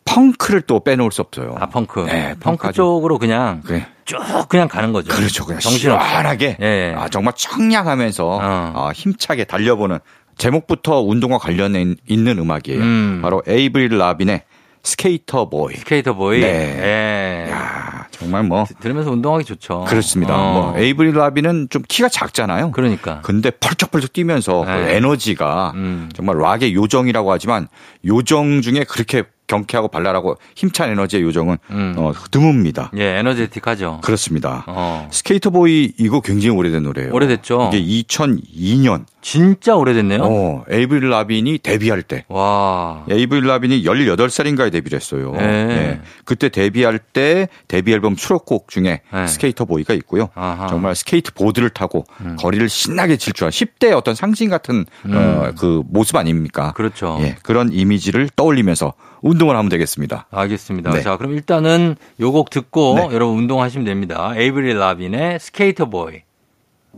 펑크를 또 빼놓을 수 없어요. 아, 펑크. 네, 펑크 펑크 쪽으로 그냥 그래. 쭉 그냥 가는 거죠. 그렇죠, 그냥 정신없이. 시원하게, 예. 아, 정말 청량하면서 어. 아, 힘차게 달려보는 제목부터 운동과 관련해 있는 음악이에요. 음. 바로 에이브릴 라빈의 스케이터 보이. 스케이터 보이. 네. 예. 야, 정말 뭐 들으면서 운동하기 좋죠. 그렇습니다. 어. 뭐 에이브릴 라빈은 좀 키가 작잖아요. 그러니까. 근데 펄쩍펄쩍 뛰면서 그 네. 에너지가 음. 정말 락의 요정이라고 하지만 요정 중에 그렇게 경쾌하고 발랄하고 힘찬 에너지의 요정은 음. 어, 드뭅니다. 예, 에너제틱하죠. 그렇습니다. 어. 스케이터보이 이거 굉장히 오래된 노래예요. 오래됐죠. 이게 2002년 진짜 오래됐네요. 어, 에이브릴 라빈이 데뷔할 때 와. 에이브릴 라빈이 18살인가에 데뷔를 했어요. 네. 네. 그때 데뷔할 때 데뷔 앨범 수록곡 중에 네. 스케이터 보이가 있고요. 아하. 음. 정말 스케이트 보드를 타고 거리를 신나게 질주한 10대의 어떤 상징 같은 어, 그 모습 아닙니까? 그렇죠. 예, 그런 이미지를 떠올리면서 운동을 하면 되겠습니다. 알겠습니다. 네. 자, 그럼 일단은 요 곡 듣고 네. 여러분 운동하시면 됩니다. 에이브릴 라빈의 스케이터 보이.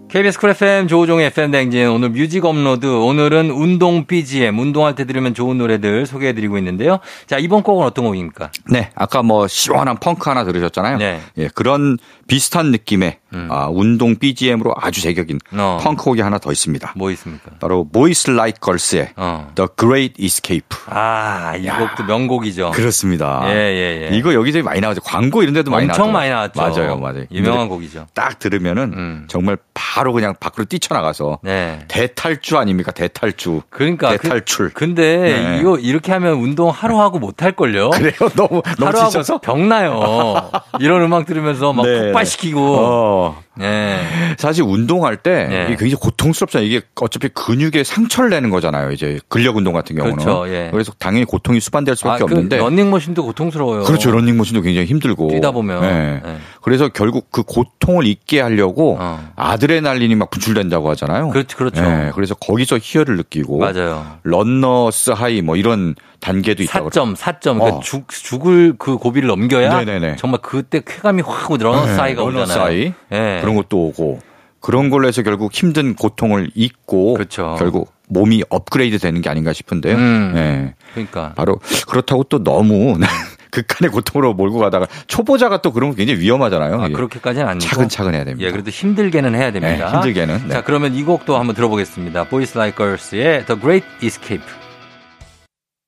KBS 쿨 FM 조우종의 FM 댕진 오늘 뮤직 업로드 오늘은 운동 BGM 운동할 때 들으면 좋은 노래들 소개해드리고 있는데요. 자 이번 곡은 어떤 곡입니까? 네, 아까 뭐 시원한 펑크 하나 들으셨잖아요. 네. 음. 예, 그런 비슷한 느낌의 아, 운동 BGM으로 아주 제격인 어. 펑크곡이 하나 더 있습니다. 뭐 있습니까? 바로 보이스 라이트 걸스의 어. The Great Escape. 아이 곡도 명곡이죠. 그렇습니다. 예, 예, 예. 이거 여기저기 많이 나오죠. 광고 이런 데도 많이 나왔죠. 엄청 많이 나왔죠. 맞아요, 맞아요. 유명한 근데 곡이죠. 딱 들으면은 음. 정말 바로 그냥 밖으로 뛰쳐나가서 네. 대탈주 아닙니까? 대탈주. 그러니까 그- 대탈출. 그, 근데 네. 이거 이렇게 하면 운동 하루 하고 못 할 걸요. 래요 너무 너무 하루 지쳐서. 하고 병나요. 이런 음악 들으면서 막 네, 폭발시키고. 어. 네. 사실 운동할 때 뭐. 네. 이게 굉장히 고통스럽잖아요. 이게 어차피 근육에 상처를 내는 거잖아요. 이제 근력 운동 같은 경우는. 그렇죠, 예. 래서 당연히 고통이 수반될 수밖에 아, 그 없는데. 런닝머신도 고통스러워요. 그렇죠. 런닝머신도 굉장히 힘들고. 뛰다 보면. 예. 예. 그래서 결국 그 고통을 잊게 하려고 어. 아드레날린이 막 분출된다고 하잖아요. 그렇- 그렇죠. 예. 그래서 거기서 희열을 느끼고. 맞아요. 런너스 하이 뭐 이런 단계도 있다고. 사점, 사점. 어. 그러니까 죽, 죽을 그 고비를 넘겨야 네네네. 네, 정말 그때 쾌감이 확 오고 러너 사이가 러너 오잖아요. 사이 예. 그런 것도 오고 그런 걸로 해서 결국 힘든 고통을 잊고 그렇죠. 결국 몸이 업그레이드 되는 게 아닌가 싶은데요. 음. 예. 그러니까. 바로 그렇다고 또 너무 극한의 고통으로 몰고 가다가 초보자가 또 그러면 굉장히 위험하잖아요. 아, 예. 그렇게까지는 아니고. 차근차근 해야 됩니다. 예, 그래도 힘들게는 해야 됩니다. 네, 힘들게는, 네. 자, 그러면 이 곡도 한번 들어보겠습니다. 보이스 라이 걸스의 The Great Escape.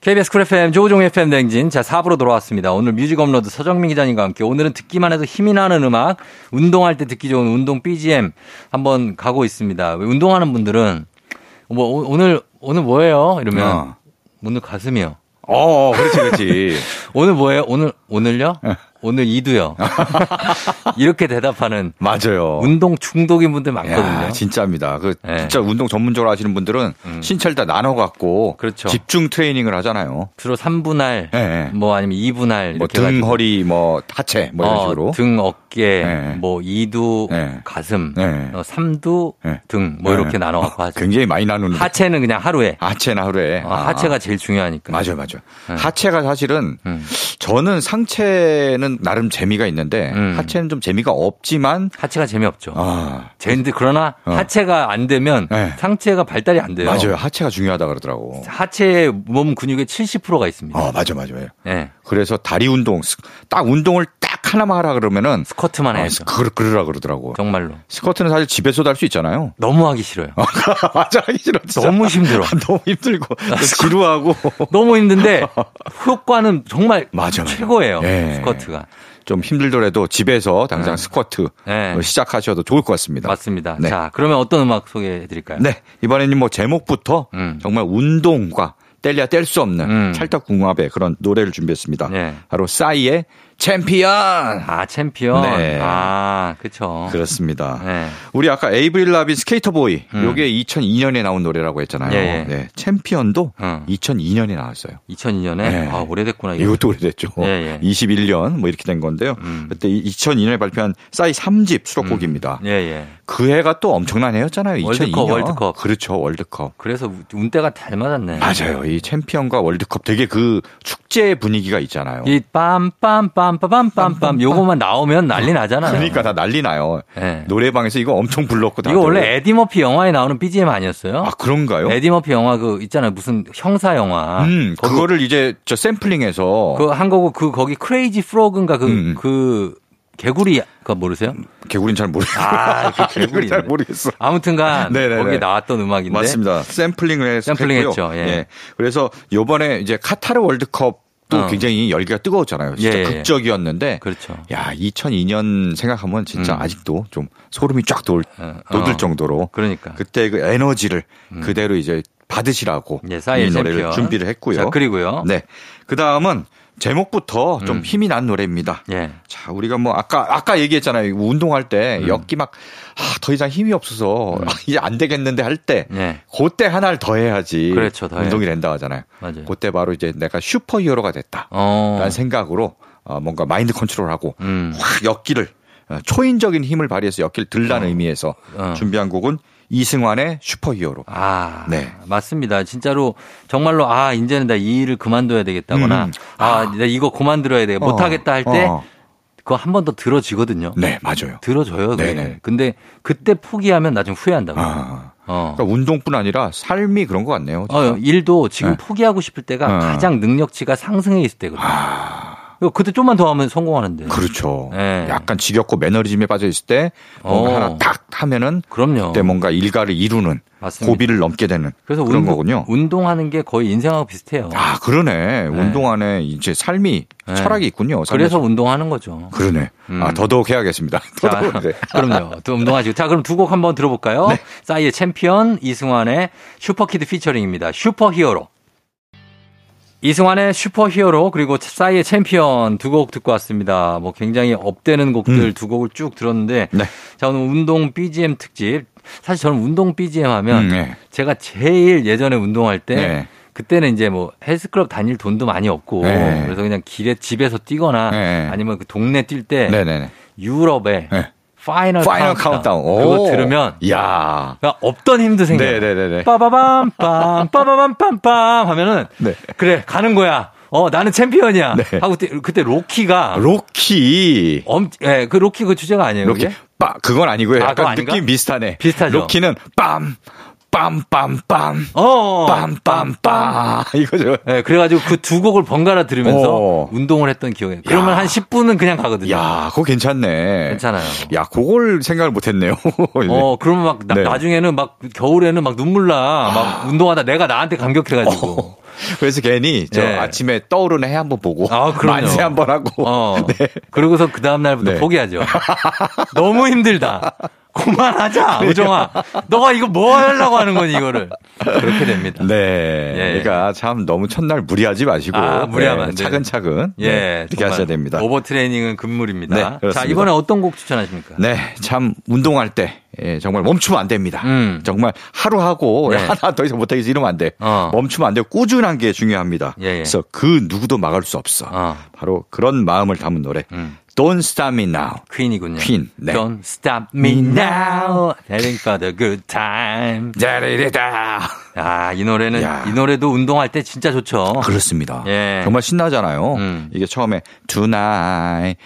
KBS 쿨 FM 조우종 FM 댕진 자 4부로 돌아왔습니다. 오늘 뮤직 업로드 서정민 기자님과 함께 오늘은 듣기만 해도 힘이 나는 음악 운동할 때 듣기 좋은 운동 BGM 한번 가고 있습니다. 왜 운동하는 분들은 뭐 오- 오늘 오늘 뭐예요? 이러면 어. 오늘 가슴이요. 어, 그렇지, 그렇지. 오늘 뭐예요? 오늘 오늘요? 어. 오늘 이두요. 이렇게 대답하는 맞아요. 운동 중독인 분들 야, 많거든요. 진짜입니다. 그 네. 진짜 운동 전문적으로 하시는 분들은 신체를 다 나눠 갖고 음. 그렇죠. 집중 트레이닝을 하잖아요. 뭐 주로 3분할 네, 네. 뭐 아니면 2분할 이렇게 뭐 등, 해가지고 허리, 뭐 하체 뭐 이런 어, 식으로. 등, 어깨, 네. 뭐 이두, 네. 가슴, 네. 어, 삼두, 네. 등 뭐 네. 이렇게 나눠 갖고 하죠. 굉장히 많이 나누는 하체는 그냥 하루에. 하체나 하루에 어, 하체가 네. 음. 제일 중요하니까. 맞아요, 맞아요. 하체가 사실은 저는 상체는 나름 재미가 있는데 음. 하체는 좀 재미가 없지만 하체가 재미없죠. 아 젠드 그러나 어. 하체가 안 되면 네. 상체가 발달이 안 돼요. 맞아요. 하체가 중요하다 그러더라고. 하체의 몸 근육의 70%가 있습니다. 아 맞아, 맞아. 요 예. 그래서 다리 운동 스- 딱 운동을 딱 하나만 하라 그러면은 스쿼트만 아, 해야죠. 그러, 그러라 그러더라고. 정말로. 스쿼트는 사실 집에서도 할 수 있잖아요. 너무 하기 싫어요. 맞아, 하기 싫어. 진짜. 너무 힘들어. 아, 너무 힘들고 지루하고 너무 힘든데 효과는 정말 맞아, 맞아. 최고예요. 예. 스쿼트가. 좀 힘들더라도 집에서 당장 스쿼트 네. 어, 시작하셔도 좋을 것 같습니다. 맞습니다. 네. 자, 그러면 어떤 음악 소개해 드릴까요? 네 이번에는 뭐 제목부터 음. 정말 운동과 뗄래야 뗄 수 없는 음. 찰떡궁합의 그런 노래를 준비했습니다. 예. 바로 싸이의 챔피언. 아, 챔피언. 네. 아, 그쵸. 그렇습니다. 네. 음. 우리 아까 에이브릴 라빈 스케이터 보이 요게 2002년에 나온 노래라고 했잖아요. 예, 예. 네, 챔피언도 음. 2002년에 나왔어요. 2002년에 네. 아, 오래됐구나. 이거. 이것도 오래됐죠. 예, 예. 21년 뭐 이렇게 된 건데요. 음. 그때 2002년에 발표한 싸이 3집 수록곡입니다. 예, 예. 그 해가 또 엄청난 해였잖아요. 2002년. 월드컵, 월드컵. 그렇죠. 월드컵. 그래서 운대가 잘 맞았네. 맞아요. 이 챔피언과 월드컵 되게 그 축제 분위기가 있잖아요. 이 빰빰빰빰빰빰빰 요거만 나오면 난리 나잖아요. 그러니까 다 난리 나요. 예. 노래방에서 이거 엄청 불렀고 다. 이거 원래 에디 머피 영화에 나오는 BGM 아니었어요? 아, 그런가요? 에디 머피 영화 그 있잖아요. 무슨 형사 영화. 음, 거기 그거를 이제 저 샘플링해서 그 한 거고 그 거기 크레이지 프로그인가 그 그 음, 음. 개구리 가 모르세요? 개구리는 잘 모르. 아, 그 개구리. 개구리 잘 모르겠어. 아무튼간 네네네. 거기에 나왔던 음악인데 맞습니다. 샘플링을 해서 샘플링 했고요. 했죠. 예. 그래서 요번에 이제 카타르 월드컵도 어. 굉장히 열기가 뜨거웠잖아요. 진짜 예, 예. 극적이었는데. 그렇죠. 야, 2002년 생각하면 진짜 음. 아직도 좀 소름이 쫙 돌, 어, 어. 돋을 정도로 그러니까. 그때 그 에너지를 그대로 이제 받으시라고 예, 싸이의 이 음, 노래를 챔피언. 준비를 했고요. 자, 그리고요. 음. 네. 그다음은 제목부터 좀 힘이 난 노래입니다. 예. 자, 우리가 뭐 아까 아까 얘기했잖아요. 운동할 때 음. 역기 막 아, 더 이상 힘이 없어서 아, 이제 안 되겠는데 할 때, 네. 그때 하나를 더 해야지. 그렇죠, 더 운동이 된다 하잖아요. 맞아요. 그때 바로 이제 내가 슈퍼히어로가 됐다. 어. 라는 생각으로 어, 뭔가 마인드 컨트롤하고 음. 확 역기를 어, 초인적인 힘을 발휘해서 역기를 들라는 의미에서 어. 준비한 곡은 이승환의 슈퍼히어로. 아, 네. 맞습니다. 진짜로 정말로 아 이제는 나 이 일을 그만둬야 되겠다거나 음. 아, 나 이거 그만들어야 돼 어, 못하겠다 할 때 어. 그거 한 번 더 들어지거든요. 네, 맞아요. 들어줘요. 그게. 네네. 근데 그때 포기하면 나중에 후회한다고. 아. 어. 그러니까 운동뿐 아니라 삶이 그런 것 같네요. 진짜. 어, 일도 지금 네. 포기하고 싶을 때가 어. 가장 능력치가 상승해 있을 때거든요. 아, 그리고 그때 좀만 더 하면 성공하는데. 그렇죠. 네. 약간 지겹고 매너리즘에 빠져 있을 때 뭔가 어. 하나 딱 하면은 그럼요. 그때 뭔가 일가를 이루는 맞습니다. 고비를 넘게 되는 그래서 그런 운동, 거군요. 운동하는 게 거의 인생하고 비슷해요. 아, 그러네. 운동 안에 이제 삶이 네. 철학이 있군요. 삶의 그래서 운동하는 거죠. 그러네. 아, 더더욱 해야겠습니다. 자, 더더욱. 네. 그럼요. 또 운동하시고. 자, 그럼 두 곡 한번 들어볼까요? 싸이의 챔피언, 이승환의 슈퍼키드 피처링입니다. 슈퍼히어로. 이승환의 슈퍼히어로 그리고 싸이의 챔피언 두 곡 듣고 왔습니다. 뭐 굉장히 업되는 곡들 두 곡을 쭉 들었는데 음. 네. 자 오늘 운동 BGM 특집 사실 저는 운동 BGM 하면 음, 네. 제가 제일 예전에 운동할 때 네. 그때는 이제 뭐 헬스클럽 다닐 돈도 많이 없고 네. 그래서 그냥 길에 집에서 뛰거나 네. 아니면 그 동네 뛸 때 네네네. 유럽의 네. 파이널, 파이널 카운트다운. 카운트다운. 그거 들으면 야. 그러니까 없던 힘도 생겨. 네네네네. 빠바밤 빰 빠바밤 빰빰 하면은 네. 그래 가는 거야. 어 나는 챔피언이야. 네. 하고 때- 그때 로키가 로키. 엄, 예, 그 로키 그 주제가 아니에요. 로키. 그게? 빠 그건 아니고요. 아, 그거 약간 아닌가? 느낌 비슷하네. 비슷하죠? 로키는 빰 빰빰빰 어, 어. 빰빰빰 이거죠. 예, 그래가지고 그 두 곡을 번갈아 들으면서 어. 운동을 했던 기억이. 그러면 야. 한 10분은 그냥 가거든요. 야, 그거 괜찮네. 네. 괜찮아요. 야, 그걸 생각을 못 했네요. 어, 그러면 막 나, 네. 나중에는 막 겨울에는 막 눈물 나. 막 운동하다 내가 나한테 감격해가지고. 그래서 괜히 저 네. 아침에 떠오르는 해 한번 보고 아, 그럼요. 만세 한번 하고 어. 그러고서 그 다음날부터 네. 포기하죠. 너무 힘들다. 그만하자, 네. 우정아. 너가 이거 뭐 하려고 하는 거니, 이거를. 그렇게 됩니다. 네. 예. 그러니까 참 너무 첫날 무리하지 마시고 아, 무리하면 안 돼요. 차근차근 예. 네, 이렇게 정말 하셔야 됩니다. 오버트레이닝은 금물입니다. 네, 그렇습니다. 자, 이번에 어떤 곡 추천하십니까? 네, 참 운동할 때 예, 정말 멈추면 안 됩니다. 음. 정말 하루 하고 네. 하나 더 이상 못하겠어 이러면 안 돼. 어. 멈추면 안 돼요. 꾸준한 게 중요합니다. 예, 예. 그래서 그 누구도 막을 수 없어. 어. 바로 그런 마음을 담은 노래. 음. Don't Stop Me Now. 퀸이군요. 퀸, 네. 음. Don't stop me now. Having for the good time. 짜리리다. 아, 이 노래는, 네. 야. 이 노래도 운동할 때 진짜 좋죠. 그렇습니다. 어. 예. 정말 신나잖아요. 음. 이게 처음에 tonight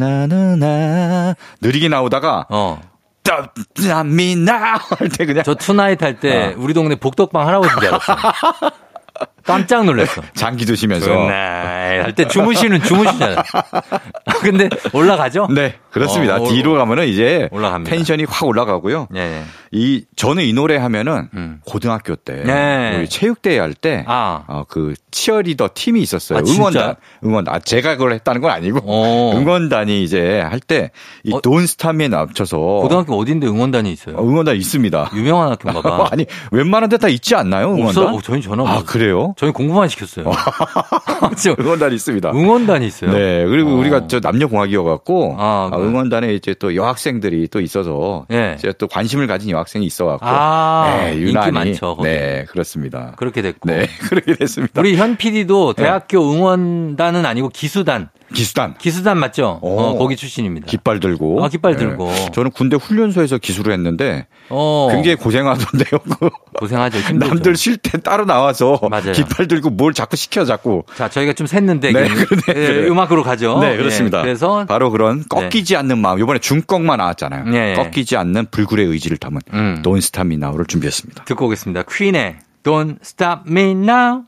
따라르나르나 느리게 나오다가 어. Don't Stop Me Now 할 때 그냥 저 투나잇 할 어. 때 우리 동네 복덕방 할아버지인 줄 알았어. 깜짝 놀랐어. 장기 드시면서 투나잇 할 때 주무시는 주무시잖아요. 근데 올라가죠? 네, 그렇습니다. 어, 뒤로 가면은 이제 올라갑니다. 텐션이 확 올라가고요. 예, 예. 이 저는 이 노래 하면은 음. 고등학교 때 네. 우리 체육대회 할 때 아. 어, 그 치어리더 팀이 있었어요. 아, 진짜요? 응원단. 응원. 아 제가 그걸 했다는 건 아니고 어. 응원단이 이제 할 때 이 어. 돈스타미에 앞쳐서 고등학교 어딘데 응원단이 있어요? 아, 응원단 있습니다. 유명한 학교인가 봐. 아니 웬만한 데 다 있지 않나요? 응원단? 없어? 어, 저희 전화 아 없어요. 그래요? 저희 공부만 시켰어요. 지금 응원단 있습니다. 응원단이 있어요. 네, 그리고 어. 우리가 저 남녀공학이어갖고 아, 아, 그- 응원단에 이제 또 여학생들이 또 있어서 예. 제가 또 관심을 가진 여학생이 있어갖고 아, 네, 인기 유난히 많죠, 거기. 네, 그렇습니다. 그렇게 됐고. 네, 그렇게 됐습니다. 네. 우리 현 PD도 대학교 응원단은 아니고 기수단. 기수단 기수단 맞죠? 어, 오. 거기 출신입니다. 깃발 들고 네. 아, 깃발 들고. 저는 군대 훈련소에서 기술을 했는데 어, 굉장히 고생하던데요. 고생하죠. 힘들죠. 남들 쉴 때 따로 나와서 맞아요. 깃발 들고 뭘 자꾸 시켜 자꾸. 자, 저희가 좀 샜는데. 네, 그- 그러네, 예, 그래요. 음악으로 가죠. 네, 그렇습니다. 예, 그래서 바로 그런 꺾이지 않는 마음. 요번에 중꺾만 나왔잖아요. 예, 예. 꺾이지 않는 불굴의 의지를 담은 음. 논스타미나우를 준비했습니다. 듣고 오겠습니다. 퀸의 Don't Stop Me Now.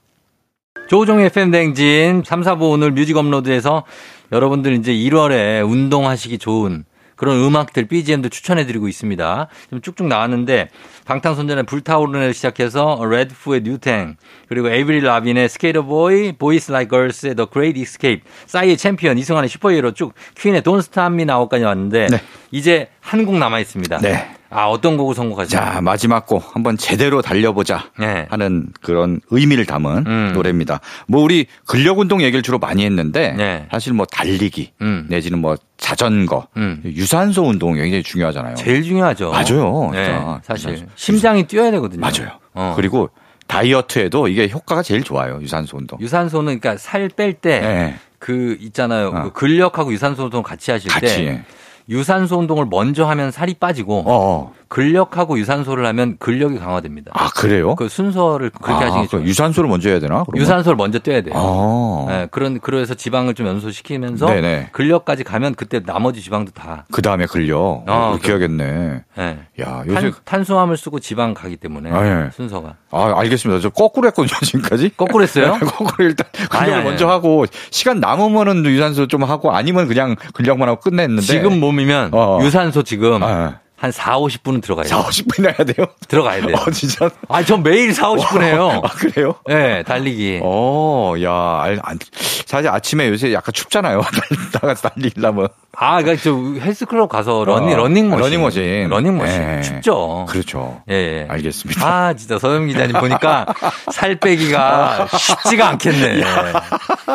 조종의 팬댕진 3, 4부 오늘 뮤직 업로드에서 여러분들 이제 1월에 운동하시기 좋은 그런 음악들, BGM들 추천해드리고 있습니다. 지금 쭉쭉 나왔는데 방탄소년단의 불타오르네를 시작해서 레드푸의 뉴탱 그리고 에이브릴 라빈의 스케이터보이, 보이스 라이 걸스의 더 그레이트 익스케이프, 싸이의 챔피언, 이승환의 슈퍼히어로 쭉 퀸의 Don't Stop Me Now까지 왔는데 네. 이제 한 곡 남아있습니다. 네. 아 어떤 곡을 선곡하시죠? 자, 마지막 곡 한번 제대로 달려보자 네. 하는 그런 의미를 담은 음. 노래입니다. 뭐 우리 근력 운동 얘기를 주로 많이 했는데 네. 사실 뭐 달리기 음. 내지는 뭐 자전거, 음. 유산소 운동 굉장히 중요하잖아요. 제일 중요하죠. 맞아요. 네, 진짜. 사실 유산소. 심장이 뛰어야 되거든요. 맞아요. 어. 그리고 그리고 다이어트에도 이게 효과가 제일 좋아요. 유산소 운동. 유산소는 그러니까 살 뺄 때 그 네. 있잖아요. 어. 그 근력하고 유산소 운동 같이 하실 같이. 때 유산소 운동을 먼저 하면 살이 빠지고 어. 어. 근력하고 유산소를 하면 근력이 강화됩니다. 아 그래요? 그 순서를 그렇게 아, 하시는 게 그럼 좋아요. 유산소를 먼저 해야 되나? 그러면? 유산소를 먼저 뛰어야 돼요. 아. 네, 그런 그래서 지방을 좀 연소시키면서 네네. 근력까지 가면 그때 나머지 지방도 다 그 다음에 근력. 아, 이렇게 해야겠네. 네. 야 요새 탄, 탄수화물 쓰고 지방 가기 때문에 아, 예. 순서가 아 알겠습니다. 저 거꾸로 했거든요 지금까지. 거꾸로 했어요? 거꾸로 일단 아니, 근력을 아니, 먼저 아니. 하고 시간 남으면은 유산소 좀 하고 아니면 그냥 근력만 하고 끝냈는데 지금 몸이면 어, 어. 유산소 지금 아, 한 4, 50분은 들어가야 돼요. 4, 50분 해야 돼요. 들어가야 돼요. 어 진짜. 아, 전 매일 4, 50분 해요. 아 그래요? 예, 달리기. 어, 야, 알- 안- 사실 아침에 요새 약간 춥잖아요. 나가서 달리려면. 아, 그러니까 저 헬스클럽 가서 러닝 어, 러닝머신. 러닝머신. 러닝머신. 예. 춥죠. 그렇죠. 예, 예. 알겠습니다. 아, 진짜 서영 기자님 보니까 살 빼기가 쉽지가 않겠네.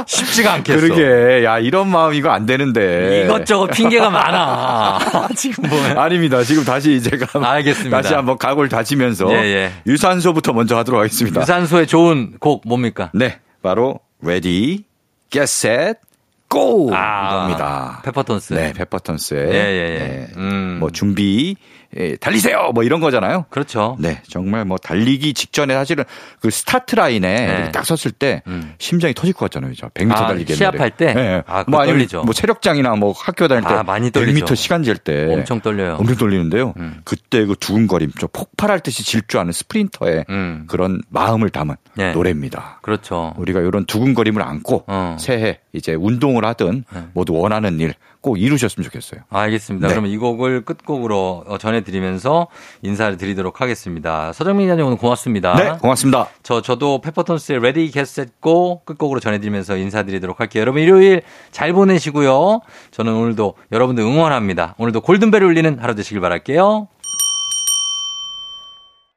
쉽지가 않겠어. 그러게, 예. 야 이런 마음 이거 안 되는데. 이것저것 핑계가 많아. 지금 보면. 아닙니다. 지금 다시 제가 알겠습니다. 다시 한번 각오를 다지면서 예, 예. 유산소부터 먼저 하도록 하겠습니다. 유산소의 좋은 곡 뭡니까? 네, 바로 Ready, Get Set, Go 이겁니다. 아, 페퍼톤스. 네, 페퍼턴스의 예, 예, 예. 네, 음. 뭐 준비, 예, 달리세요, 뭐 이런 거잖아요. 그렇죠. 네, 정말 뭐 달리기 직전에 사실은 그 스타트 라인에 이렇게 딱 섰을 때 네. 음. 심장이 터질 것 같잖아요, 저 100m 아, 달리기 시합할 때? 네, 아, 그거 뭐 아니면 떨리죠. 뭐 체력장이나 뭐 학교 다닐 때 아, 많이 떨리죠. 100m 시간 잴 때 엄청 떨려요. 음. 엄청 떨리는데요. 그때 그 두근거림, 저 폭발할 듯이 질주하는 스프린터의 음. 그런 마음을 담은 네. 노래입니다. 그렇죠. 우리가 이런 두근거림을 안고 어. 네. 새해 이제 운동을 하든 모두 원하는 일 꼭 이루셨으면 좋겠어요. 알겠습니다. 네. 그러면 이 곡을 끝곡으로 어, 전해드리면서 인사를 드리도록 하겠습니다. 서정민 기자님 오늘 고맙습니다. 네, 고맙습니다. 저, 저도 페퍼톤스의 레디 겟셋고 끝곡으로 전해드리면서 인사드리도록 할게요. 여러분 일요일 잘 보내시고요. 저는 오늘도 여러분들 응원합니다. 오늘도 골든벨 울리는 하루 되시길 바랄게요.